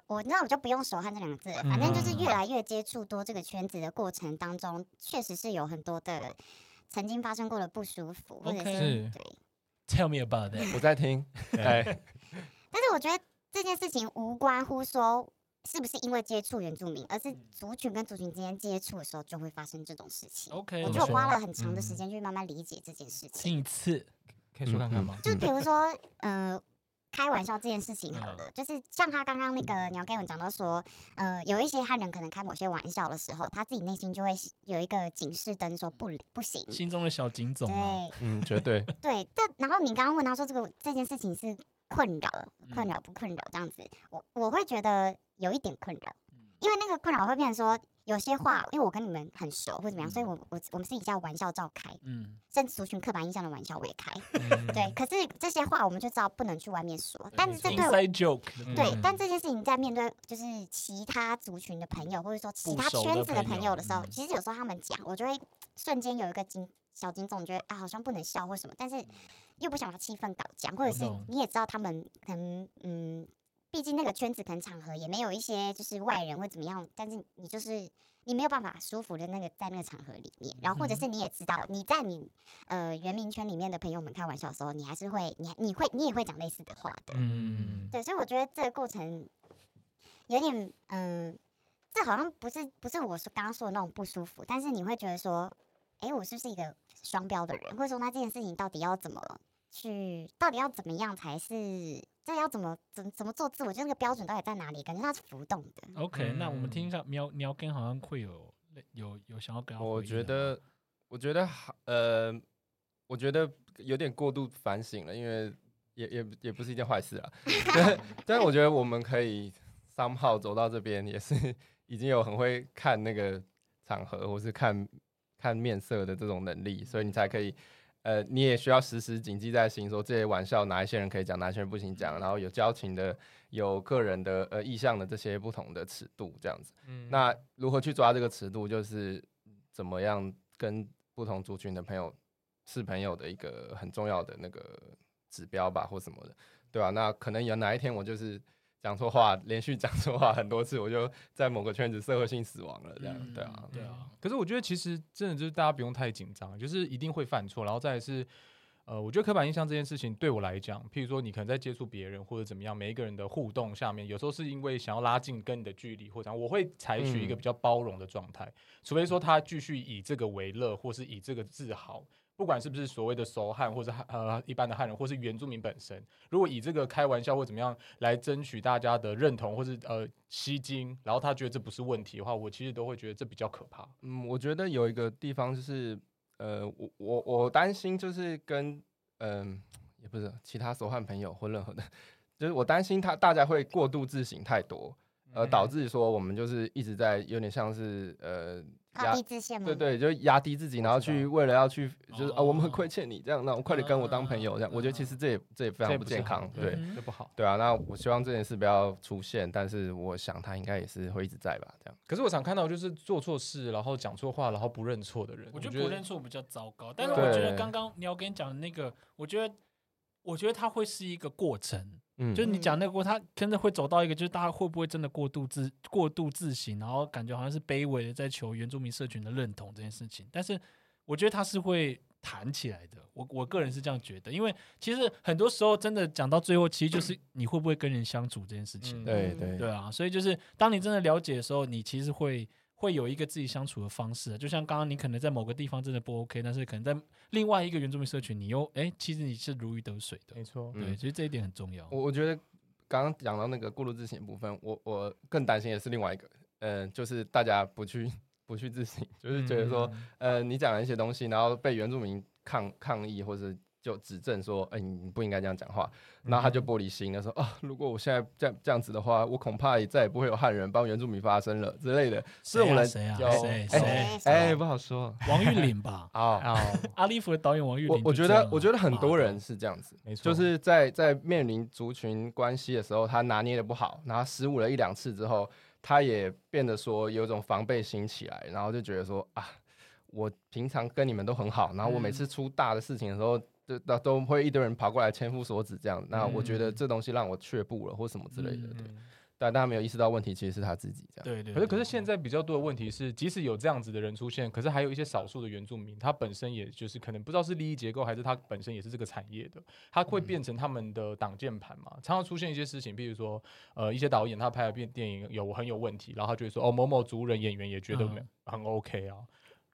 Speaker 2: 我那我就不用“手汗”这两个字了，反正就是越来越接触多这个圈子的过程当中，确实是有很多的曾经发生过的不舒服，或者
Speaker 4: OK
Speaker 2: 是
Speaker 3: 是，
Speaker 2: 对。
Speaker 4: Tell me about that。
Speaker 1: 我在听，哎，
Speaker 2: 但是我觉得这件事情无关乎说是不是因为接触原住民，而是族群跟族群之间接触的时候就会发生这种事情。
Speaker 4: OK，
Speaker 2: 我
Speaker 3: 怎
Speaker 2: 觉
Speaker 3: 么
Speaker 2: 得我
Speaker 3: 说
Speaker 2: 花了很长的时间去慢慢理解这件事情。
Speaker 4: 请一次。
Speaker 3: 可以说看看吗？
Speaker 2: 就
Speaker 1: 嗯
Speaker 2: 比如说，呃，开玩笑这件事情好
Speaker 4: 嗯
Speaker 2: 了，就是像他刚刚那个鸟盖文讲到说，呃，有一些汉人可能开某些玩笑的时候，他自己内心就会有一个警示灯，说不不行。
Speaker 4: 心中的小警总啊，
Speaker 2: 对
Speaker 1: 嗯，绝对，
Speaker 2: 对，但然后你刚刚问他说这个这件事情是困扰困扰不困扰这样子，我我会觉得有一点困扰，因为那个困扰会变成说有些话，因为我跟你们很熟或怎么样，所以我我我们私底下玩笑照开，
Speaker 4: 嗯，
Speaker 2: 甚至族群刻板印象的玩笑我也开，
Speaker 3: 嗯
Speaker 2: 对，可是这些话我们就知道不能去外面说，但是这对我
Speaker 4: inside joke 的部分
Speaker 2: 对，但这件事情在面对就是其他族群的朋友，或者说其
Speaker 4: 不
Speaker 2: 他
Speaker 4: 熟
Speaker 2: 圈
Speaker 4: 的
Speaker 2: 子的
Speaker 4: 朋
Speaker 2: 朋
Speaker 4: 友
Speaker 2: 友的时候，
Speaker 4: 嗯
Speaker 2: 其实有时候他们讲，我就会瞬间有一个惊小惊悚，觉得啊好像不能笑或什么，但是又不想把气氛搞僵，或者
Speaker 4: 嗯我
Speaker 2: 是
Speaker 4: 懂
Speaker 2: 你也知道他们可能嗯，毕竟那个圈子可能场合也没有一些就是外人或怎么样，但是你就是你没有办法舒服的那个在那个场合里面，然后或者
Speaker 4: 嗯
Speaker 2: 是你也知道你在你呃原民圈里面的朋友们开玩笑的时候，你还是会你你会你也会讲类似的话的，
Speaker 3: 嗯，
Speaker 2: 对，所以我觉得这个过程有点，嗯、这好像不是不是我说刚刚说的那种不舒服，但是你会觉得说，诶，我是不是一个双标的人，或者说那这件事情到底要怎么去，到底要怎么样才是，这要怎么怎怎么做自我，就那个标准到底在哪里？感觉它是浮动的。
Speaker 4: OK，
Speaker 3: 嗯
Speaker 4: 那我们听一下喵喵根好像会有有有想要跟他回应的
Speaker 1: 我觉得，我觉得好，呃，我觉得有点过度反省了，因为也也也不是一件坏事啊。 但但我觉得我们可以三号走到这边，也是已经有很会看那个场合，或是看看面色的这种能力，所以你才可以。呃，你也需要时时谨记在心，说这些玩笑哪一些人可以讲，哪一些人不行讲，然后有交情的、有个人的呃意向的这些不同的尺度，这样子。
Speaker 3: 嗯
Speaker 1: 那如何去抓这个尺度，就是怎么样跟不同族群的朋友是朋友的一个很重要的那个指标吧，或什么的，对吧、那可能有哪一天我就是讲错话，连续讲错话很多次，我就在某个圈子社会性死亡了，这样、
Speaker 4: 嗯
Speaker 1: 对啊，
Speaker 4: 对啊，
Speaker 3: 可是我觉得其实真的就是大家不用太紧张，就是一定会犯错，然后再来是。呃，我觉得刻板印象这件事情对我来讲，譬如说你可能在接触别人或者怎么样，每一个人的互动下面，有时候是因为想要拉近跟你的距离或者怎样我会采取一个
Speaker 1: 嗯
Speaker 3: 比较包容的状态，除非说他继续以这个为乐，或是以这个自豪，不管是不是所谓的熟汉或者呃一般的汉人，或是原住民本身，如果以这个开玩笑或怎么样来争取大家的认同，或是呃吸睛，然后他觉得这不是问题的话，我其实都会觉得这比较可怕。
Speaker 1: 嗯，我觉得有一个地方就是，呃，我我我担心就是跟嗯、也不是其他手汗朋友或任何的，就是我担心他大家会过度自省太多，呃，导致说我们就是一直在有点像是呃
Speaker 2: 高
Speaker 1: 压
Speaker 2: 低自限吗？
Speaker 1: 对对，就压低自己，然后
Speaker 3: 知道
Speaker 1: 去为了要去就是啊、我们
Speaker 4: 哦
Speaker 1: 很亏欠你这样，那我快点跟我当朋友这样，我觉得其实这也这也非
Speaker 3: 这
Speaker 1: 常
Speaker 3: 也
Speaker 1: 不
Speaker 3: 不是
Speaker 1: 健
Speaker 3: 好
Speaker 1: 康，
Speaker 3: 的
Speaker 1: 对
Speaker 4: 嗯
Speaker 3: 这不好。
Speaker 1: 对啊，那我希望这件事不要出现，但是我想他应该也是会一直在吧，这样。
Speaker 3: 可是我常看到就是做错事，然后讲错话，然后不认错的人，
Speaker 4: 我
Speaker 3: 觉
Speaker 4: 觉得不认
Speaker 3: 错。
Speaker 4: 错比较糟糕，但是我
Speaker 1: 对
Speaker 4: 觉得刚刚你要跟你讲的那个，我觉得，我觉得它会是一个过程，
Speaker 1: 嗯，
Speaker 4: 就是你讲那个过，它真的会走到一个，就是大家会不会真的过度自过度自省，然后感觉好像是卑微的在求原住民社群的认同这件事情，但是我觉得它是会弹起来的，我我个人是这样觉得，因为其实很多时候真的讲到最后，其实就是你会不会跟人相处这件事情，
Speaker 3: 嗯
Speaker 1: 对
Speaker 2: 嗯
Speaker 1: 对
Speaker 4: 对啊，所以就是当你真的了解的时候，你其实会会有一个自己相处的方式啊。就像刚刚你可能在某个地方真的不 OK，但是可能在另外一个原住民社群，你又哎，其实你是如鱼得水的
Speaker 3: 没。错，
Speaker 1: 嗯
Speaker 4: 对，所以这一点很重要。
Speaker 1: 我我觉得刚刚讲到那个过度自省的部分，我我更担心也是另外一个，呃，就是大家不去不去自省，就是觉得说，
Speaker 3: 嗯
Speaker 1: 呃，你讲了一些东西，然后被原住民抗抗议或者。就指正说，哎、你不应该这样讲话，然后他就玻璃心了，说啊，如果我现在这样这样子的话，我恐怕也再也不会有汉人帮原住民发声了之类的。这种人
Speaker 4: 谁啊？
Speaker 1: 有
Speaker 4: 谁啊谁谁？
Speaker 2: 哎
Speaker 1: 哎、不好说，
Speaker 4: 王玉林吧
Speaker 1: 啊
Speaker 3: 哦，
Speaker 4: 阿利弗的导演王玉
Speaker 1: 我
Speaker 4: 林。
Speaker 1: 我觉得，
Speaker 4: 啊
Speaker 1: 我觉得很多人
Speaker 4: 妈
Speaker 1: 是这样子，
Speaker 3: 没错
Speaker 1: 就是在在面临族群关系的时候，他拿捏的不好，然后失误了一两次之后，他也变得说有一种防备心起来，然后就觉得说啊，我平常跟你们都很好，然后我每
Speaker 3: 嗯
Speaker 1: 次出大的事情的时候，就都都会一堆人跑过来千夫所指这样，那我觉得这东西让我却步了或什么之类的，
Speaker 4: 嗯
Speaker 1: 对，
Speaker 3: 嗯
Speaker 4: 的
Speaker 1: 但大家没有意识到问题其实是他自己这样。
Speaker 4: 对对。
Speaker 3: 可是，
Speaker 4: 对
Speaker 3: 可是现在比较多的问题是，即使有这样子的人出现，可是还有一些少数的原住民，他本身也就是可能不知道是利益结构，还是他本身也是这个产业的，他会变成他们的挡箭牌嘛。常常出现一些事情，比如说，呃，一些导演他拍的电电影有很有问题，然后他就会说，哦，某某族人演员也觉得没、
Speaker 4: 嗯
Speaker 3: 很 OK 啊，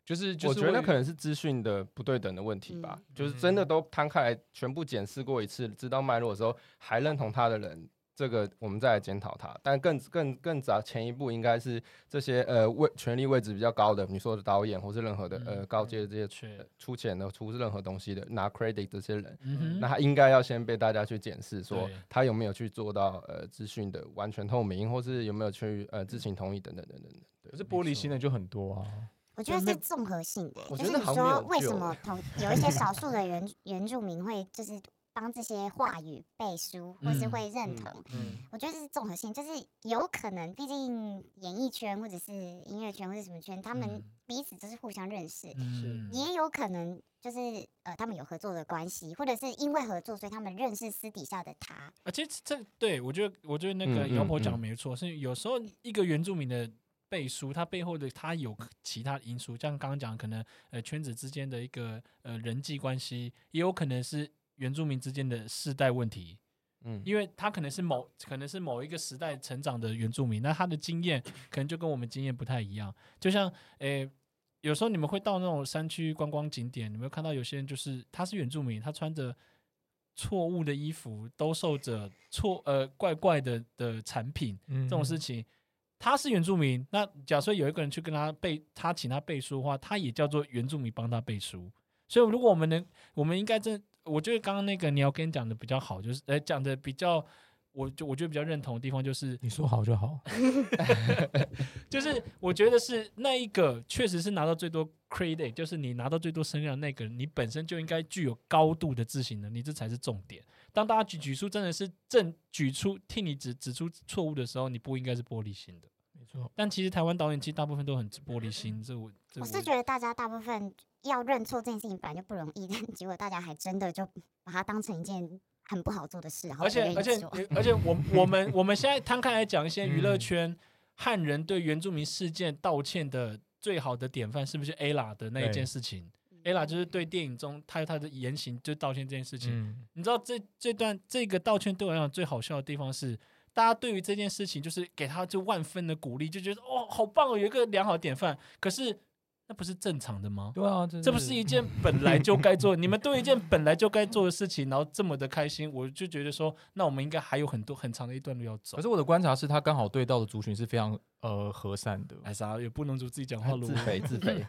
Speaker 3: 就是就是
Speaker 1: 我觉得那
Speaker 3: 会嗯
Speaker 1: 可能是资讯的不对等的问题吧，
Speaker 4: 嗯
Speaker 1: 就是真的都摊开来全部检视过一次，知道脉络的时候，还认同他的人，这个我们再来检讨他。但更更更早前一步应该是这些呃位权力位置比较高的，你说的导演或是任何的、呃
Speaker 4: 嗯
Speaker 1: 高阶的这些
Speaker 4: 确
Speaker 1: 呃出钱的出任何东西的拿 credit 这些人，
Speaker 4: 嗯哼
Speaker 1: 那他应该要先被大家去检视，说
Speaker 4: 对
Speaker 1: 他有没有去做到呃资讯的完全透明，或是有没有去呃知情同意等等等等等。
Speaker 3: 可是玻璃心的就很多啊。
Speaker 2: 我觉得是综合性的，
Speaker 1: 我觉
Speaker 2: 就是
Speaker 1: 得
Speaker 2: 你
Speaker 1: 好像没
Speaker 2: 说
Speaker 1: 有
Speaker 2: 为
Speaker 1: 救
Speaker 2: 什么同有一些少数的原原住民会就是帮这些话语背书，或是
Speaker 4: 嗯
Speaker 2: 会认
Speaker 1: 嗯
Speaker 2: 同，
Speaker 4: 嗯
Speaker 2: 我觉得这是综合性，就是有可能，毕竟演艺圈或者是音乐圈或者什么圈，他们彼此都是互相认识，
Speaker 4: 嗯
Speaker 2: 也有可能就是呃，他们有合作的关系，或者是因为合作，所以他们认识私底下的他。
Speaker 4: 啊，其实这对我觉得，我觉得那个
Speaker 1: 嗯嗯
Speaker 4: 杨婆
Speaker 1: 嗯
Speaker 4: 讲得没错，是有时候一个原住民的背书，他背后的他有其他因素，像刚刚讲，可能呃圈子之间的一个呃人际关系，也有可能是原住民之间的世代问题，
Speaker 1: 嗯，
Speaker 4: 因为他可能是某可能是某一个时代成长的原住民，那他的经验可能就跟我们经验不太一样。就像诶、有时候你们会到那种山区观光景点，你们会看到有些人就是他是原住民，他穿着错误的衣服，兜售着错呃怪怪的的产品，
Speaker 3: 嗯，
Speaker 4: 这种事情。他是原住民，那假设有一个人去跟他背，他请他背书的话，他也叫做原住民帮他背书。所以如果我们能，我们应该真，我觉得刚刚那个你要跟讲的比较好，就是呃讲的比较，我就我觉得比较认同的地方就是，
Speaker 3: 你说好就好。
Speaker 4: 就是我觉得是那一个确实是拿到最多 credit，就是你拿到最多声量的那个人，你本身就应该具有高度的自省能力，这才是重点。当大家举举出真的是正举出替你指指出错误的时候，你不应该是玻璃心的。
Speaker 3: 没错，
Speaker 4: 但其实台湾导演其实大部分都很玻璃心，这我这
Speaker 2: 我
Speaker 4: 我
Speaker 2: 是觉得大家大部分要认错这件事情本来就不容易，但结果大家还真的就把它当成一件很不好做的事，然后
Speaker 4: 而且
Speaker 2: 不愿
Speaker 4: 而
Speaker 2: 意
Speaker 4: 且
Speaker 2: 做
Speaker 4: 你而且我我们我们现在摊开来讲一些娱乐圈汉人对原住民事件道歉的最好的典范，是不是 ella 的那一件
Speaker 3: 对
Speaker 4: 事情？ella 就是对电影中他他的言行就道歉这件事情，
Speaker 3: 嗯，
Speaker 4: 你知道这这段这个道歉对我来讲最好笑的地方是，大家对于这件事情就是给他就万分的鼓励，就觉得哦好棒哦，有一个良好的典范。可是那不是正常的吗？
Speaker 3: 对啊，
Speaker 4: 这不是一件本来就该做，你们对一件本来就该做的事情，然后这么的开心，我就觉得说，那我们应该还有很多很长的一段路要走
Speaker 3: 可。是我的观察是，他刚好对到的族群是非常呃和善的。
Speaker 4: 哎啥，也不能阻自己讲话了。
Speaker 1: 自肥自 肥，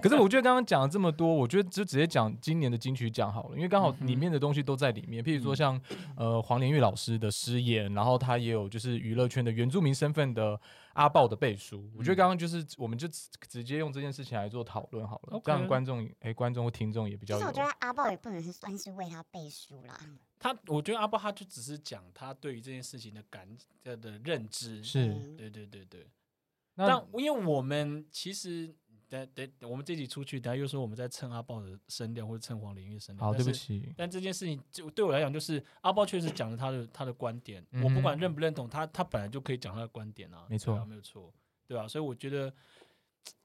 Speaker 3: 可是我觉得刚刚讲了这么多，我觉得就直接讲今年的金曲奖好了，因为刚好
Speaker 4: 嗯哼嗯
Speaker 3: 里面的东西都在里面。譬如说像呃黄连玉老师的失言，然后他也有就是娱乐圈的原住民身份的阿豹的背
Speaker 4: 嗯
Speaker 3: 书。我觉得刚刚就是我们就直直接用这件事情来做讨论好了
Speaker 4: OK，
Speaker 3: 这样观众哎观众或听众也比
Speaker 2: 其
Speaker 3: 较
Speaker 2: 实
Speaker 3: 有
Speaker 2: 我觉得阿豹也不能算是为他背书啦，
Speaker 4: 他，我觉得阿波他就只是讲他对于这件事情的感的的认知。
Speaker 3: 是。
Speaker 2: 嗯
Speaker 4: 对对对对。但
Speaker 3: 那
Speaker 4: 因为我们其实等等，我们这集出去，等下又说我们在蹭阿豹的声量或者蹭黄玲玉的声量。
Speaker 3: 好，
Speaker 4: 但
Speaker 3: 对不
Speaker 4: 是。
Speaker 3: 起，
Speaker 4: 但这件事情就对我来讲，就是阿豹确实讲了他的他的观点，我不
Speaker 3: 嗯
Speaker 4: 管认不认同他，他本来就可以讲他的观点啊，
Speaker 3: 没错
Speaker 4: 对啊没有错，对啊，所以我觉得，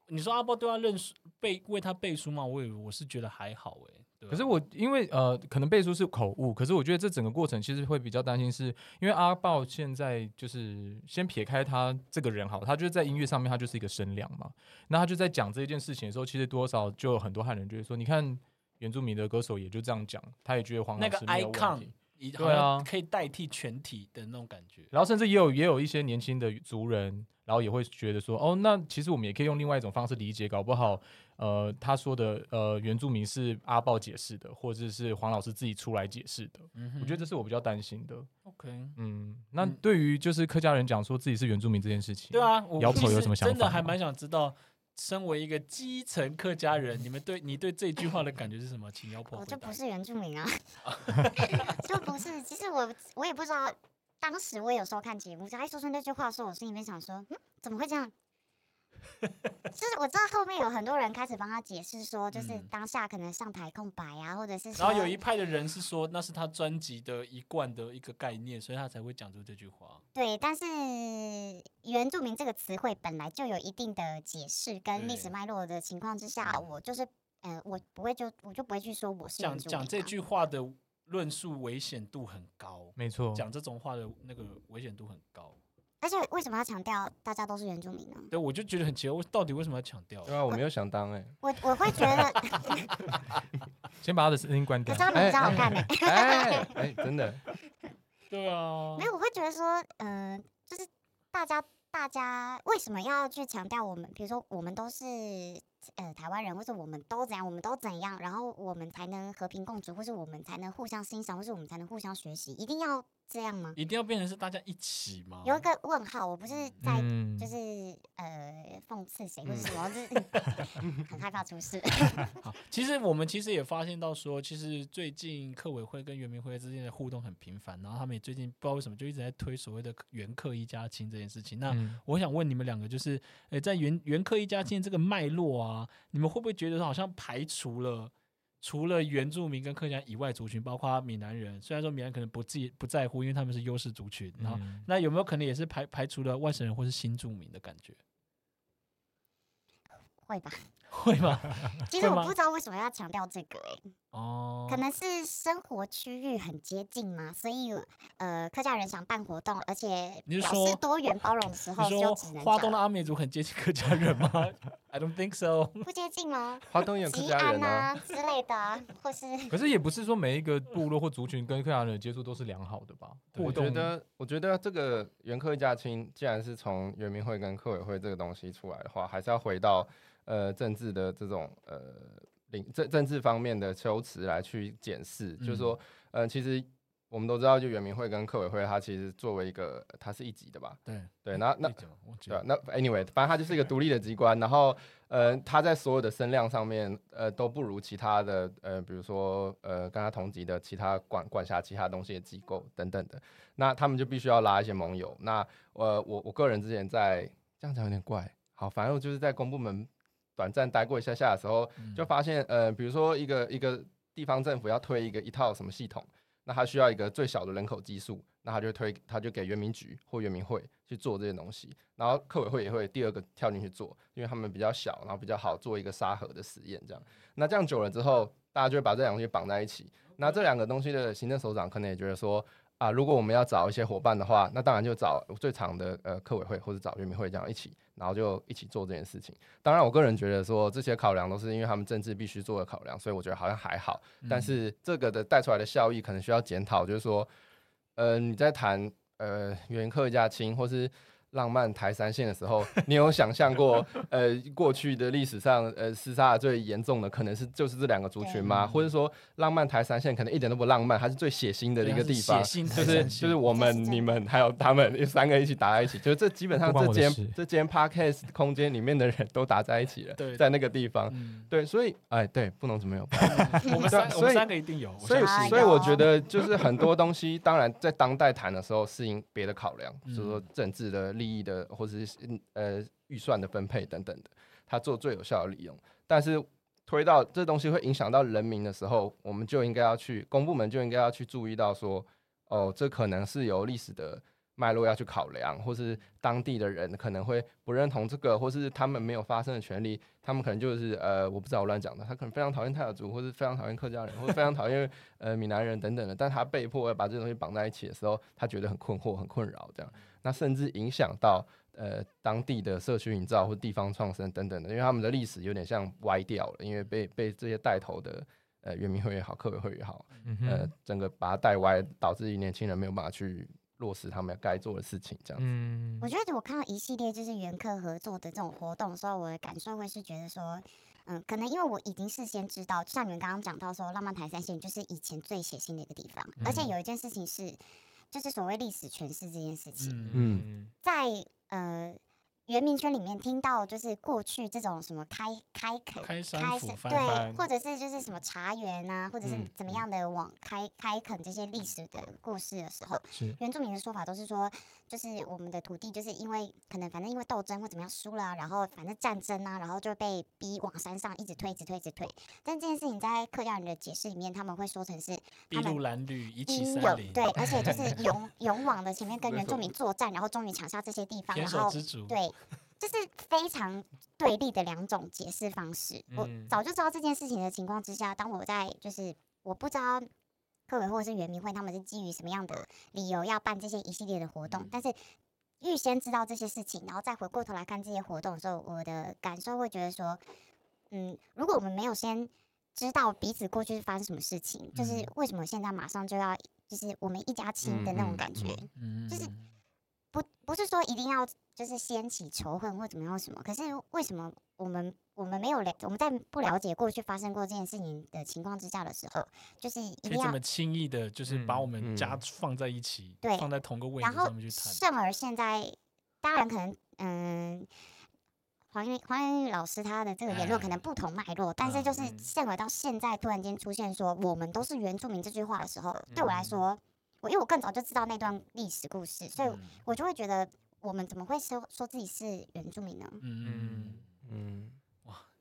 Speaker 4: 你说阿豹对他认输背为他背书嘛，我也我是觉得还好哎、对啊
Speaker 3: 可是我因为呃，可能背书是口误，可是我觉得这整个过程其实会比较担心是，因为阿豹现在就是先撇开他这个人好，他就是在音乐上面他就是一个声量嘛，那他就在讲这件事情的时候，其实多少就有很多汉人就会说，你看原住民的歌手也就这样讲，他也觉得黄
Speaker 4: 那
Speaker 3: 老
Speaker 4: 个
Speaker 3: 师没有问题
Speaker 4: icon 以
Speaker 3: 对
Speaker 4: 好像
Speaker 3: 啊
Speaker 4: 可以代替全体的那种感觉，
Speaker 3: 然后甚至也有也有一些年轻的族人，然后也会觉得说，哦，那其实我们也可以用另外一种方式理解，搞不好，呃，他说的呃原住民是阿豹解释的，或者是黄老师自己出来解释的。
Speaker 4: 嗯
Speaker 3: 我觉得这是我比较担心的。
Speaker 4: OK。
Speaker 3: 嗯，那
Speaker 4: 嗯
Speaker 3: 对于就是客家人讲说自己是原住民这件事情，
Speaker 4: 对，啊，我
Speaker 3: 姚
Speaker 4: 其
Speaker 3: 婆有
Speaker 4: 实
Speaker 3: 什么想
Speaker 4: 真的
Speaker 3: 法
Speaker 4: 还
Speaker 3: 吗
Speaker 4: 蛮想知道，身为一个基层客家人，你们对你对这句话的感觉是什么？请姚婆
Speaker 2: 我
Speaker 4: 回
Speaker 2: 就
Speaker 4: 答
Speaker 2: 哦不。是原住民 啊， 就不是。其实我我也不知道，哎当时我有时候看节目，他一说出那句话的时候，我心里面想说，嗯，怎么会这样？ 就是我知道后面有很多人开始帮他解释说，就是
Speaker 4: 嗯
Speaker 2: 当下可能上台空白啊，或者是
Speaker 4: 然
Speaker 2: 说
Speaker 4: 后有一派的人是说那是他专辑的一贯的一个概念，所以他才会讲出这句话。
Speaker 2: 对，但是原住民这个词汇本来就有一定的解释跟历史
Speaker 4: 对
Speaker 2: 脉络的情况之下，
Speaker 4: 嗯
Speaker 2: 我就是呃，我不会就我就不会去说我是
Speaker 4: 讲
Speaker 2: 原住民、
Speaker 4: 讲
Speaker 2: 啊。
Speaker 4: 这句话的论述危险度很高，
Speaker 3: 没错
Speaker 4: 讲这种话的那个危险度很高。
Speaker 2: 而且为什么要强调大家都是原住民呢？
Speaker 4: 对，我就觉得很奇怪，我到底为什么要强调？
Speaker 1: 对啊，我没有想当哎、
Speaker 2: 我我会觉得，
Speaker 3: 先把他的声音关
Speaker 2: 可
Speaker 3: 掉
Speaker 2: 是。他们很好看的、
Speaker 1: 哎哎，真的，
Speaker 4: 对啊
Speaker 2: 没，有，我会觉得说，呃，就是大家大家为什么要去强调我们？比如说，我们都是呃台湾人，或者我们都怎样，我们都怎样，然后我们才能和平共处，或是我们才能互相欣赏，或是我们才能互相学习，一定要这样吗？
Speaker 4: 一定要变成是大家一起吗？
Speaker 2: 有一个问号，我不是在。
Speaker 3: 嗯
Speaker 2: 就是呃讽刺谁或者什么，就是很害怕出事。
Speaker 4: 好，其实我们其实也发现到说，其实最近客委会跟原民会之间的互动很频繁，然后他们也最近不知道为什么就一直在推所谓的原客一家亲这件事情。那
Speaker 3: 嗯
Speaker 4: 我想问你们两个，就是，呃，在原原客一家亲这个脉络啊，你们会不会觉得好像排除了除了原住民跟客家以外族群，包括闽南人？虽然说闽南可能不自不在乎，因为他们是优势族群，然后、
Speaker 3: 嗯
Speaker 4: 那有没有可能也是排排除了外省人或是新住民的感觉？
Speaker 2: 会吧？
Speaker 4: 会吗？
Speaker 2: 其实
Speaker 4: 会
Speaker 2: 我
Speaker 4: 吗
Speaker 2: 不知道为什么要强调这个、欸，
Speaker 4: 哦，
Speaker 2: 可能是生活区域很接近嘛，所以呃，客家人想办活动，而且
Speaker 4: 你是
Speaker 2: 表
Speaker 4: 说
Speaker 2: 示多元包容的时
Speaker 4: 你
Speaker 2: 候，
Speaker 4: 说
Speaker 2: 就只能
Speaker 4: 花东
Speaker 2: 这
Speaker 4: 的
Speaker 2: 样
Speaker 4: 阿美族很接近客家人吗 ？I don't think so。
Speaker 2: 不接近吗？
Speaker 1: 华 东也有客
Speaker 2: 吉
Speaker 1: 家
Speaker 2: 安
Speaker 1: 人啊，
Speaker 2: 啊之类的啊，或是
Speaker 3: 可是也不是说每一个部落或族群跟客家人的接触都是良好的吧？
Speaker 1: 我
Speaker 3: 互
Speaker 1: 觉
Speaker 3: 动
Speaker 1: 得，我觉得这个原客家亲，既然是从原民会跟客委会这个东西出来的话，还是要回到呃政治的这种呃领政政治方面的修辞来去检视，就是说，呃，其实我们都知道，就原民会跟客委会，它其实作为一个，它是一级的吧？
Speaker 4: 对
Speaker 1: 对，那那
Speaker 4: 一种我觉
Speaker 1: 对啊
Speaker 4: 得，
Speaker 1: 那 anyway，反正它就是一个独立的机关，然后呃，它在所有的声量上面，呃，都不如其他的呃，比如说呃，跟它同级的其他管管辖其他东西的机构等等的，那他们就必须要拉一些盟友。那呃，我我个人之前在这样讲有点怪，好，反正我就是在公部门短暂待过一下下的时候，就发现呃，比如说一个一个地方政府要推一个一套什么系统。那它需要一个最小的人口基数，那它就推，它就给原民局或原民会去做这些东西，然后客委会也会第二个跳进去做，因为他们比较小，然后比较好做一个沙盒的实验这样。那这样久了之后，大家就会把这两个东西绑在一起。那这两个东西的行政首长可能也觉得说。啊，如果我们要找一些伙伴的话，那当然就找最长的呃客委会或者找原民会这样一起，然后就一起做这件事情。当然，我个人觉得说这些考量都是因为他们政治必须做的考量，所以我觉得好像还好。但是这个的带出来的效益可能需要检讨，就是说，呃，你在谈呃原客家亲或是浪漫台山线的时候，你有想象过呃过去的历史上呃厮杀得最严重的可能是就是这两个族群吗？或者说浪漫台山线可能一点都不浪漫，它是最血腥的一个地方
Speaker 4: 对它。是血腥
Speaker 1: 就
Speaker 4: 台
Speaker 1: 是
Speaker 4: 山
Speaker 1: 就
Speaker 4: 线
Speaker 1: 是我
Speaker 2: 这是
Speaker 1: 们、
Speaker 2: 真的
Speaker 1: 你们还有他们三个一起打在一起，就是这基 本上
Speaker 3: 不关
Speaker 1: 这
Speaker 3: 我的事
Speaker 1: 间这间 podcast 空间里面的人都打在一起了，
Speaker 4: 对
Speaker 1: 在那个地方，
Speaker 4: 嗯，
Speaker 1: 对，所以哎，对，不能怎么有。
Speaker 4: 我们三
Speaker 1: 对啊
Speaker 4: 我们
Speaker 1: 所以
Speaker 4: 三个一定有，我
Speaker 1: 所以
Speaker 4: 相信
Speaker 2: 哎，
Speaker 1: 所以
Speaker 2: 呦
Speaker 1: 我觉得就是很多东西，当然在当代谈的时候是因别的考量，就
Speaker 4: 嗯
Speaker 1: 是说政治的利益的，或者是嗯呃预算的分配等等的，他做最有效的利用。但是推到这东西会影响到人民的时候，我们就应该要去公部门就应该要去注意到说，哦，这可能是由历史的脉络要去考量，或是当地的人可能会不认同这个，或是他们没有发声的权利，他们可能就是呃，我不知道我乱讲的，他可能非常讨厌泰雅族，或是非常讨厌客家人，或是非常讨厌呃闽南人等等的，但他被迫要把这些东西绑在一起的时候，他觉得很困惑、很困扰，这样，那甚至影响到呃当地的社区营造或地方创生等等的，因为他们的历史有点像歪掉了，因为被被这些带头的。呃，原民会也好，客委会也好，
Speaker 3: 嗯
Speaker 1: 呃
Speaker 3: 哼，
Speaker 1: 整个把它带歪，导致年轻人没有办法去落实他们该做的事情，这样子。
Speaker 3: 嗯
Speaker 2: 我觉得我看到一系列就是原客合作的这种活动的时候，我的感受会是觉得说，嗯，可能因为我已经事先知道，就像你们刚刚讲到说，浪漫台三线就是以前最血腥的一个地方，而
Speaker 4: 嗯
Speaker 2: 且有一件事情是，就是所谓历史诠释这件事情，
Speaker 4: 嗯
Speaker 1: 嗯
Speaker 3: 嗯
Speaker 2: 在呃原民圈里面听到，就是过去这种什么开开垦、
Speaker 4: 开山
Speaker 2: 开
Speaker 4: 斧
Speaker 2: 山
Speaker 4: 翻
Speaker 2: 对，
Speaker 3: 番
Speaker 2: 或者是就是什么茶园啊，或者是
Speaker 3: 嗯
Speaker 2: 怎么样的往开开垦这些历史的故事的时候，
Speaker 4: 是
Speaker 2: 原住民的说法都是说，就是我们的土地就是因为可能反正因为斗争或怎么样输了啊、然后反正战争啊，然后就被逼往山上一直推、一直推、一直推。但这件事情在客家人的解释里面，他们会说成是
Speaker 4: 筚
Speaker 2: 他
Speaker 4: 路
Speaker 2: 们
Speaker 4: 蓝缕，一七
Speaker 2: 英
Speaker 4: 三
Speaker 2: 勇
Speaker 4: 零，
Speaker 2: 对，而且 就是勇勇往的前面跟原住民作战，然后终于抢下这些地方，
Speaker 4: 天
Speaker 2: 然
Speaker 4: 手
Speaker 2: 后
Speaker 4: 知足，
Speaker 2: 对，就是非常对立的两种解释方式。
Speaker 4: 嗯
Speaker 2: 我早就知道这件事情的情况之下，当我在就是我不知道客委或者是原民会他们是基于什么样的理由要办这些一系列的活
Speaker 4: 嗯
Speaker 2: 动，但是预先知道这些事情，然后再回过头来看这些活动的时候，我的感受会觉得说，嗯，如果我们没有先知道彼此过去发生什么事情，就是
Speaker 4: 嗯
Speaker 2: 为什么现在马上就要就是我们一家亲的那种感觉，
Speaker 4: 嗯，
Speaker 2: 就是不不是说一定要就是掀起仇恨或怎么样什么，可是为什么我们我们没有了，我们在不了解过去发生过这件事情的情况之下的时候，就是一
Speaker 4: 可
Speaker 2: 定
Speaker 4: 以这
Speaker 2: 要
Speaker 4: 么轻易的，就是把
Speaker 3: 嗯
Speaker 4: 我们家
Speaker 1: 嗯
Speaker 4: 放在一起，
Speaker 2: 对
Speaker 4: 放在同个位置
Speaker 2: 然后
Speaker 4: 上面去谈，
Speaker 2: 甚而现在，当然可能嗯。黄玉黄玉老师他的这个言论可能不同脉络，但是
Speaker 4: 哎嗯
Speaker 2: 就是
Speaker 3: 嗯
Speaker 2: 甚而到现在突然间出现说我们都是原住民这句话的时候，对我
Speaker 4: 嗯
Speaker 2: 来说，我因为我更早就知道那段历史故事，所以
Speaker 4: 嗯
Speaker 2: 我就会觉得我们怎么会说说自己是原住民呢？
Speaker 4: 嗯
Speaker 1: 嗯，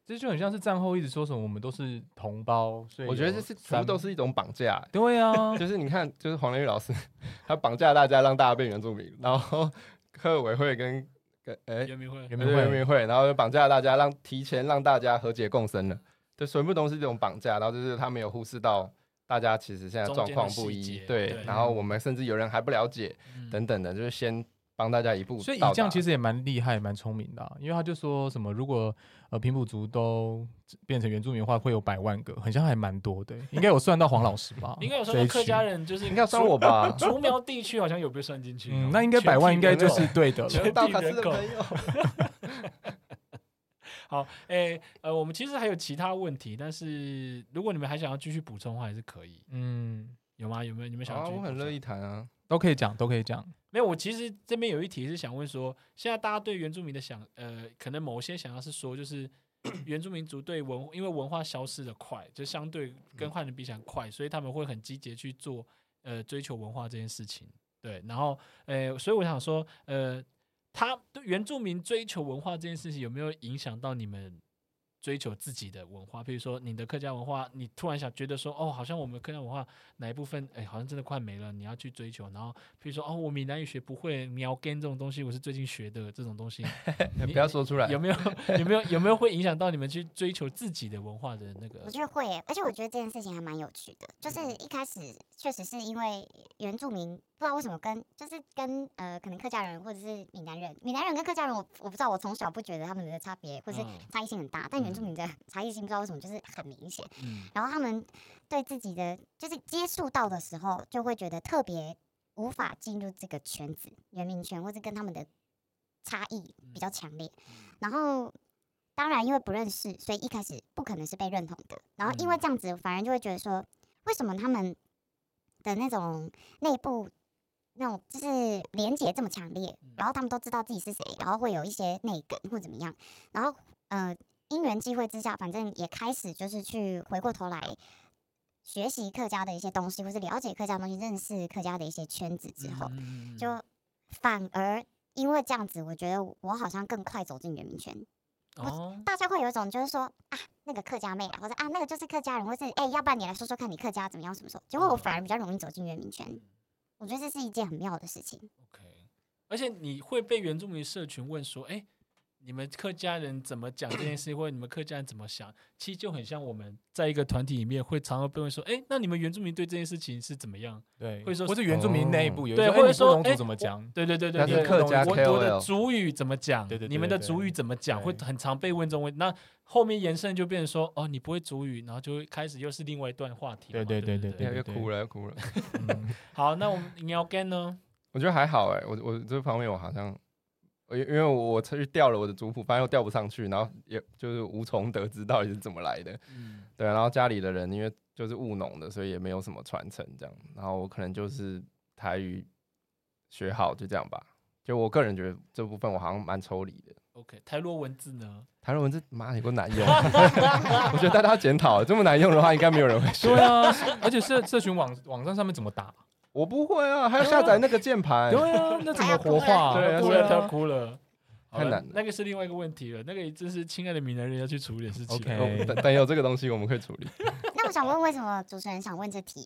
Speaker 3: 这就很像是战后一直说什么我们都是同胞，所以
Speaker 1: 我觉得这
Speaker 3: 有
Speaker 1: 是全
Speaker 3: 三
Speaker 1: 部都是一种绑架、，
Speaker 3: 对啊
Speaker 1: 就是你看，就是黄连玉老师， 他绑架大家，让大家变原住民，然后 客委会跟跟
Speaker 3: 嗯
Speaker 1: 哎
Speaker 4: 圆明会
Speaker 3: 原
Speaker 1: 原住
Speaker 3: 本会
Speaker 1: 民会，然后就绑架大家，让提前让大家和解共生了，就全部都是这种绑架，然后就是他没有忽视到大家其实现在状况不
Speaker 4: 中间的细
Speaker 1: 一
Speaker 4: 节，
Speaker 1: 对
Speaker 4: 对，
Speaker 1: 然后我们甚至有人还不了解
Speaker 4: 嗯
Speaker 1: 等等的，就是先帮大家一步到达，
Speaker 3: 所以以这样其
Speaker 1: 实
Speaker 3: 实也蛮厉害、蛮聪明的啊、因为他就说什么，如果呃平埔族都变成原住民的话，会有百万个，好像还蛮多的，欸应该有算到黄老师吧
Speaker 4: ？应该有算
Speaker 3: 这
Speaker 4: 到
Speaker 3: 一
Speaker 4: 客
Speaker 3: 区
Speaker 4: 家人，就是，
Speaker 1: 应该算我吧
Speaker 4: 竹苗地区好像有被算进去，哦
Speaker 3: 嗯，那应该百万应该就是对的
Speaker 4: 全
Speaker 3: 了。
Speaker 4: 体
Speaker 1: 大卡斯
Speaker 4: 人
Speaker 1: 的
Speaker 4: 口
Speaker 1: 朋友，
Speaker 4: 好，诶、呃，我们其实还有其他问题，但是如果你们还想要继续补充的话，还是可以，
Speaker 3: 嗯，
Speaker 4: 有吗？有没有你们想要
Speaker 3: 哦
Speaker 1: 啊，
Speaker 4: 继续、
Speaker 1: 我很乐意。谈啊，
Speaker 3: 都可以讲，都可以 讲。
Speaker 4: 没有，我其实这边有一题是想问说，现在大家对原住民的想，呃，可能某些想要是说，就是原住民族对文，因为文化消失的快，就相对跟汉人比起来快，所以他们会很积极去做，呃，追求文化这件事情。对，然后，呃，所以我想说，呃，他对原住民追求文化这件事情有没有影响到你们追求自己的文化？比如说你的客家文化，你突然想觉得说，哦，好像我们客家文化哪一部分，哎，好像真的快没了，你要去追求。然后比如说，哦，我闽南语学不会，苗根这种东西，我是最近学的这种 东西，你
Speaker 1: 不要说出来
Speaker 4: 有，没有有没有有没有会影响到你们去追求自己的文化的那嗯个
Speaker 2: 我？觉得会耶，而且我觉得这件事情还蛮有趣的。就是一开始确实是因为原住民不知道为什么跟就是跟呃可能客家人或者是闽南人，闽南人跟客家人我我不知道，我从小不觉得他们的差别或是
Speaker 4: 嗯
Speaker 2: 差异性很大，但原住
Speaker 4: 嗯
Speaker 2: 民的差异性不知道为什么就是很明显。
Speaker 4: 嗯
Speaker 2: 然后他们对自己的就是接触到的时候，就会觉得特别无法进入这个圈子，原民圈，或者跟他们的差异
Speaker 4: 嗯
Speaker 2: 比较强烈。然后当然因为不认识，所以一开始不可能是被认同的。然后因为这样子，反而就会觉得说，为什么他们的那种内部那种就是连结这么强烈，然后他们都知道自己是谁，然后会有一些内梗或怎么样，然后呃因缘际会之下，反正也开始就是去回过头来学习客家的一些东西，或是了解客家的东西，认识客家的一些圈子之后，
Speaker 4: 嗯
Speaker 2: 就反而因为这样子，我觉得我好像更快走进人民圈。
Speaker 4: 哦，
Speaker 2: 大家会有一种就是说啊，那个客家妹啊，或者啊那个就是客家人，或是哎、要不然你来说说看你客家怎么样什么时候？结果我反而比较容易走进人民圈，我觉得这是一件很妙的事情。
Speaker 4: OK，而且你会被原住民社群问说：“哎、你们客家人怎么讲这件事，或者你们客家人怎么想？”其实就很像我们在一个团体里面会常常被问说：“哎、那你们原住民对这件事情是怎么样
Speaker 3: 对，
Speaker 4: 会说
Speaker 3: 或者原住
Speaker 1: 哦
Speaker 3: 民内部有一
Speaker 4: 对
Speaker 3: 些
Speaker 4: 或者
Speaker 3: 哎你
Speaker 4: 说
Speaker 3: 布农
Speaker 4: 哎
Speaker 3: 族怎么
Speaker 4: 我
Speaker 3: 讲？？”
Speaker 4: 对对对对
Speaker 1: 那
Speaker 4: 对，
Speaker 1: 是客家
Speaker 4: 我我的
Speaker 1: KOL
Speaker 4: 主语怎么讲？
Speaker 3: 对对对
Speaker 4: 你们的
Speaker 3: 对对
Speaker 4: 主语怎么讲？
Speaker 3: 对
Speaker 4: 会很常被问这种问。那后面延伸就变成说：“哦，你不会主语，然后就会开始又是另外一段话题了嘛。”
Speaker 3: 对
Speaker 4: 对
Speaker 3: 对对
Speaker 4: 对
Speaker 3: 对对
Speaker 1: 又哭了又哭了，
Speaker 3: 嗯
Speaker 4: 好，那我们你要干呢？
Speaker 1: 我觉得还好哎、我我这方面我好像，我因因为我去调了我的族谱，发现又调不上去，然后也就是无从得知到底是怎么来的。
Speaker 4: 嗯
Speaker 1: 对，然后家里的人因为就是务农的，所以也没有什么传承这样。然后我可能就是台语学好就这样吧。就我个人觉得这部分我好像蛮抽离的。
Speaker 4: OK，台罗文字呢？
Speaker 1: 台湾文字妈有够难 用，我觉得大家要检讨，这么难用的话，应该没有人会学
Speaker 3: 对。 啊，而且社社群网网站上面怎么打？
Speaker 1: 我不会啊，还要下载那个键盘。
Speaker 4: 对啊，那怎么活化？
Speaker 1: 对啊
Speaker 4: 哭
Speaker 1: 对
Speaker 4: 了，
Speaker 1: 啊
Speaker 4: 他哭了，好
Speaker 1: 太难了
Speaker 4: 那个是另外一个问题了，那个真是亲爱的闽南人要去处理的事情。啊
Speaker 3: OK
Speaker 1: 哦等等有这个东西，我们可以处理。
Speaker 2: 那我想问，为什么主持人想问这题？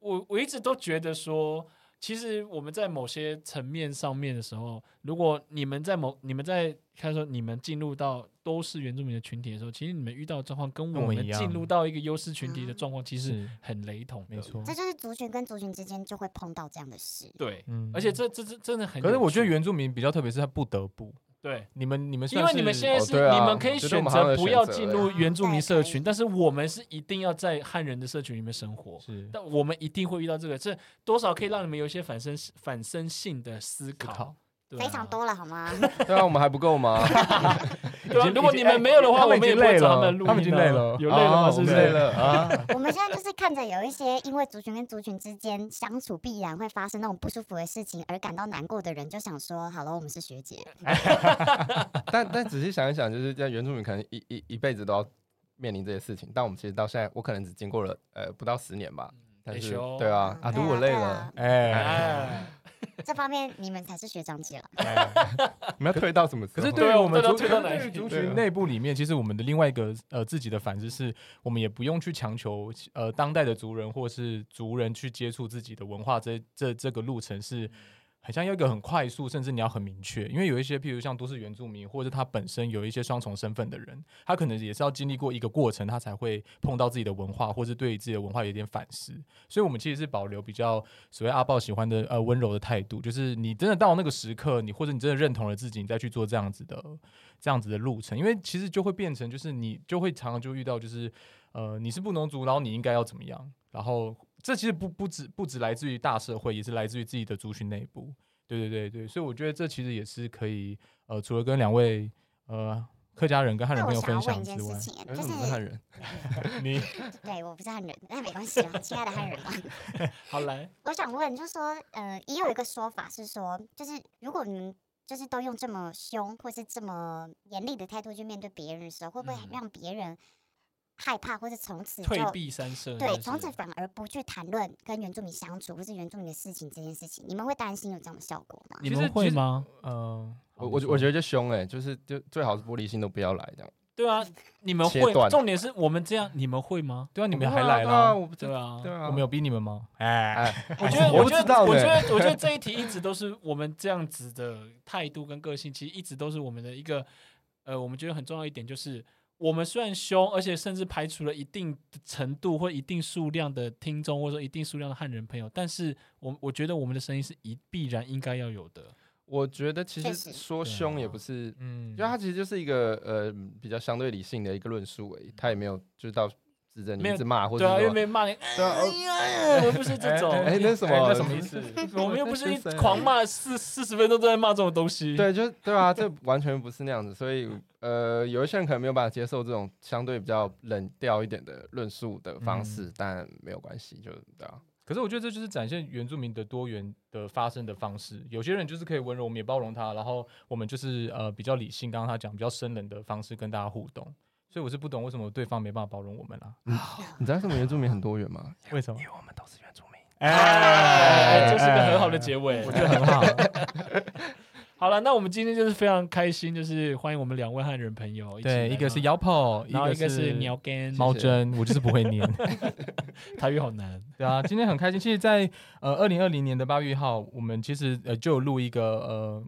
Speaker 4: 我我一直都觉得说，其实我们在某些层面上面的时候，如果你们在某你们在他说你们进入到都是原住民的群体的时候，其实你们遇到的状况跟
Speaker 3: 跟
Speaker 4: 我
Speaker 3: 我
Speaker 4: 们
Speaker 3: 一样
Speaker 4: 进入到一个优势群体的状况其实
Speaker 3: 是
Speaker 4: 很雷同的，
Speaker 3: 没错
Speaker 2: 这就是族群跟族群之间就会碰到这样的事。
Speaker 4: 对，
Speaker 3: 嗯
Speaker 4: 而且这这这真的很有趣，
Speaker 3: 可是我觉得原住民比较特别，是他不得不，
Speaker 4: 对。
Speaker 3: 你们你们
Speaker 4: 因
Speaker 3: 算
Speaker 4: 为
Speaker 3: 是
Speaker 4: 你们现在
Speaker 1: 哦
Speaker 4: 是、
Speaker 1: 对啊
Speaker 4: 你们可以
Speaker 1: 我觉得我
Speaker 4: 选
Speaker 1: 们好像
Speaker 4: 择
Speaker 1: 有
Speaker 4: 不要
Speaker 1: 选择
Speaker 4: 进入
Speaker 2: 欸
Speaker 4: 原住民社群，
Speaker 2: 对
Speaker 4: 但是我们是一定要在汉人的社群里面生活。
Speaker 3: 是
Speaker 4: 但我们一定会遇到这个，这多少可以让你们有一些反身反身性的思考，
Speaker 3: 考
Speaker 4: 对啊
Speaker 2: 非常。多了，好 吗？
Speaker 1: 对啊，我们还不够吗？
Speaker 4: 对
Speaker 3: 已
Speaker 4: 啊，
Speaker 3: 经
Speaker 4: 如果
Speaker 3: 已
Speaker 4: 你
Speaker 3: 经哎
Speaker 4: 们没有的话，
Speaker 3: 他
Speaker 4: 我
Speaker 3: 们已
Speaker 4: 们也
Speaker 3: 经
Speaker 4: 不会
Speaker 3: 累
Speaker 4: 找
Speaker 3: 了
Speaker 4: 们录
Speaker 3: 他们已
Speaker 4: 音
Speaker 3: 经
Speaker 4: 啊
Speaker 3: 累了
Speaker 4: 有累了吗？
Speaker 1: 啊
Speaker 4: 是不是？
Speaker 1: 我们累了啊！
Speaker 2: 我们现在就是看着有一些因为族群跟族群之间相处必然会发生那种不舒服的事情而感到难过的人，就想说：好了，我们是学姐，
Speaker 1: 但但仔细想一想，就是在原住民可能一一一辈子都要面临这些事情，但我们其实到现在，我可能只经过了呃不到十年吧。但是
Speaker 4: 哎呦
Speaker 1: 对啊啊，
Speaker 2: 嗯对
Speaker 1: 如果累了，，
Speaker 3: 哎，
Speaker 4: 哎，
Speaker 2: 对啊这方面你们才是学长姐了。
Speaker 3: 哎
Speaker 1: 我们要推到什么时候？
Speaker 3: 可是
Speaker 4: 对
Speaker 3: 对于
Speaker 4: 啊
Speaker 3: 我们
Speaker 4: 我
Speaker 3: 族
Speaker 4: 们退
Speaker 3: 群
Speaker 4: 到 哪里
Speaker 3: 对于族
Speaker 1: 对啊
Speaker 3: 群内部里面，其实我们的另外一个呃自己的反思是，我们也不用去强求呃当代的族人或是族人去接触自己的文化这这这个路程是。很像要一个很快速，甚至你要很明确，因为有一些，譬如像都市原住民，或者他本身有一些双重身份的人，他可能也是要经历过一个过程，他才会碰到自己的文化，或是对自己的文化有点反思。所以，我们其实是保留比较所谓阿豹喜欢的呃温柔的态度，就是你真的到那个时刻，你或者你真的认同了自己，你再去做这样子的这样子的路程，因为其实就会变成就是你就会常常就遇到就是呃你是布农族，然后你应该要怎么样，然后这其实不不止不止来自于大社会，也是来自于自己的族群内部。对对对对，所以我觉得这其实也是可以呃，除了跟两位呃客家人跟汉人
Speaker 2: 那我
Speaker 3: 朋友
Speaker 2: 想
Speaker 3: 分
Speaker 2: 要问一件
Speaker 3: 享之
Speaker 2: 事 情，
Speaker 3: 外，
Speaker 1: 哎
Speaker 2: 就
Speaker 1: 我们是汉
Speaker 2: 是
Speaker 1: 人，
Speaker 3: 你
Speaker 2: 对我不是汉人，那没关系啦，亲爱的汉人嘛。
Speaker 4: 好来，
Speaker 2: 我想问，就是说，呃，也有一个说法是说，就是如果你们就是都用这么凶或是这么严厉的态度去面对别人的时候，会不会
Speaker 4: 嗯
Speaker 2: 让别人害怕，或者从此嗯就
Speaker 4: 退避三舍。
Speaker 2: 对，
Speaker 4: 是
Speaker 2: 从此反而不去谈论跟原住民相处或是原住民的事情这件事情？你们会担心有这样的效果吗？
Speaker 4: 你
Speaker 3: 其
Speaker 4: 们
Speaker 3: 实
Speaker 4: 会？吗？
Speaker 3: 其实呃，
Speaker 1: 我
Speaker 3: 好你
Speaker 1: 我
Speaker 3: 说
Speaker 1: 我觉得就凶哎，就是就最好是玻璃心都不要来这样。
Speaker 4: 对啊，你们
Speaker 1: 切
Speaker 4: 会。
Speaker 1: 断
Speaker 4: 重点是我们这样，你们会吗？
Speaker 3: 对啊，你们
Speaker 1: 对啊
Speaker 3: 还来
Speaker 1: 对啊，
Speaker 3: 了，
Speaker 1: 我不知
Speaker 2: 嗯
Speaker 4: 对啊，
Speaker 1: 对啊，
Speaker 3: 我们有逼你们吗？哎，
Speaker 1: 哎，
Speaker 4: 我觉得，
Speaker 1: 我
Speaker 4: 我
Speaker 1: 不
Speaker 4: 觉
Speaker 1: 知
Speaker 4: 得，
Speaker 1: 道
Speaker 4: 我觉
Speaker 1: 呢。
Speaker 4: 得，我觉得这一题一直都是我们这样子的态度跟个性，其实一直都是我们的一个，呃，我们觉得很重要一点就是，我们虽然凶，而且甚至排除了一定程度或一定数量的听众，或者说一定数量的汉人朋友，但是我我觉得我们的声音是一必然应该要有的。
Speaker 1: 我觉得其
Speaker 2: 确
Speaker 1: 实
Speaker 2: 实
Speaker 1: 说
Speaker 3: 对啊
Speaker 1: 凶也不是，
Speaker 3: 嗯
Speaker 1: 就它其实就是一个呃比较相对理性的一个论述而已，它也没有就是到指着你
Speaker 4: 没有
Speaker 1: 一直骂或者
Speaker 4: 对啊，
Speaker 1: 说
Speaker 4: 又没骂你，
Speaker 1: 对啊哦
Speaker 4: 哎又不是这种，
Speaker 1: 哎那什么哎
Speaker 3: 那什么意 思？
Speaker 4: 我们又不是一
Speaker 1: 那是谁
Speaker 4: 狂骂四四十分钟都在骂这种东西。
Speaker 1: 对，就是对啊，这完全不是那样子，所以呃，有一些人可能没有办法接受这种相对比较冷调一点的论述的方式，但没有关系，就对啊，
Speaker 3: 可是我觉得这就是展现原住民的多元的发声的方式。有些人就是可以温柔，我们也包容他，然后我们就是呃比较理性，刚刚他讲比较生冷的方式跟大家互动。所以我是不懂为什么对方没办法包容我们啦？
Speaker 1: 你知道为什么原住民很多元吗？
Speaker 3: 为什么？
Speaker 1: 我们都是原住民。
Speaker 4: 哎，这是个很好的结尾，
Speaker 3: 我觉得很好。
Speaker 4: 好了，那我们今天就是非常开心，就是欢迎我们两位汉人朋友。
Speaker 3: 对，一个是
Speaker 4: 姚，
Speaker 3: 摇炮，
Speaker 4: 然后一个
Speaker 3: 是
Speaker 4: 是鸟干，
Speaker 3: 猫真，我就是不啊会念。
Speaker 4: 台语好难。
Speaker 3: 对啊，今天很开心。其实在，呃二零二零年的八月一号，我们其实呃就有录一个呃。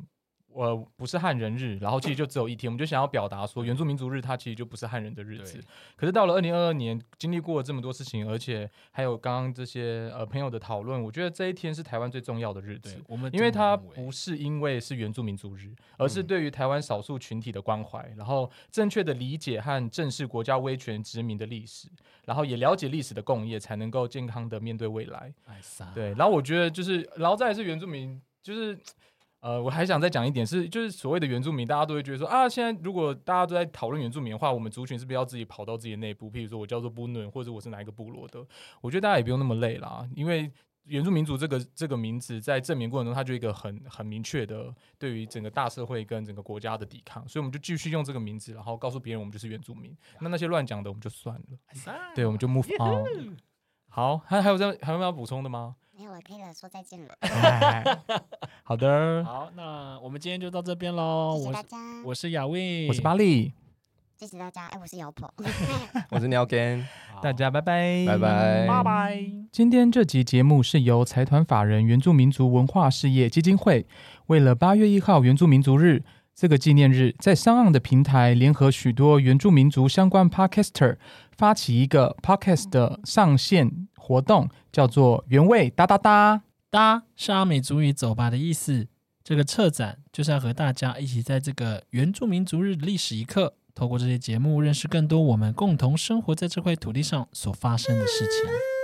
Speaker 3: 我不是汉人日，然后其实就只有一天，我们就想要表达说，原住民族日它其实就不是汉人的日子
Speaker 4: 对。
Speaker 3: 可是到了二零二二年，经历过了这么多事情，而且还有刚刚这些呃朋友的讨论，我觉得这一天是台湾最重要的日子
Speaker 4: 对。，我们
Speaker 3: 因为它
Speaker 4: 真的很伟
Speaker 3: 不是因为是原住民族日，而是对于台湾少数群体的关怀，然后正确的理解和正视国家威权殖民的历史，然后也了解历史的共业，才能够健康的面对未来。
Speaker 4: 哎撒
Speaker 3: 对，然后我觉得就是，然后再来是原住民，就是。呃，我还想再讲一点是，就是所谓的原住民，大家都会觉得说啊，现在如果大家都在讨论原住民的话，我们族群是不是要自己跑到自己的内部？譬如说我叫做布伦，或者我是哪一个部落的？我觉得大家也不用那么累啦，因为原住民族这个这个名字在证明过程中，它就有一个很很明确的对于整个大社会跟整个国家的抵抗，所以我们就继续用这个名字，然后告诉别人我们就是原住民。那那些乱讲的我们就算了，对，我们就 move on。好，还还有在还有要补充的吗？
Speaker 2: 没有了，可以了，说再见了，
Speaker 3: 好的，
Speaker 4: 好，那我们今天就到这边喽。
Speaker 2: 谢谢
Speaker 4: 哦我
Speaker 2: 大
Speaker 4: 是
Speaker 2: 家，
Speaker 4: 我是雅卫，
Speaker 3: 我是巴力，
Speaker 2: 谢谢大家，哎，我是姚婆。
Speaker 1: 我是鸟根，
Speaker 4: 好，
Speaker 3: 大家拜拜，
Speaker 1: 拜拜
Speaker 4: 拜拜。
Speaker 3: 今天这集节目是由财团法人原住民族文化事业基金会，为了八月一号原住民族日这个纪念日，在商岸的平台联合许多原住民族相关 podcaster，发起一个 podcast 的上线活动，叫做“原味哒哒哒
Speaker 4: 搭是阿美族语“走吧”的意思。这个策展就是要和大家一起在这个原住民族日的历史一刻，透过这些节目认识更多我们共同生活在这块土地上所发生的事情。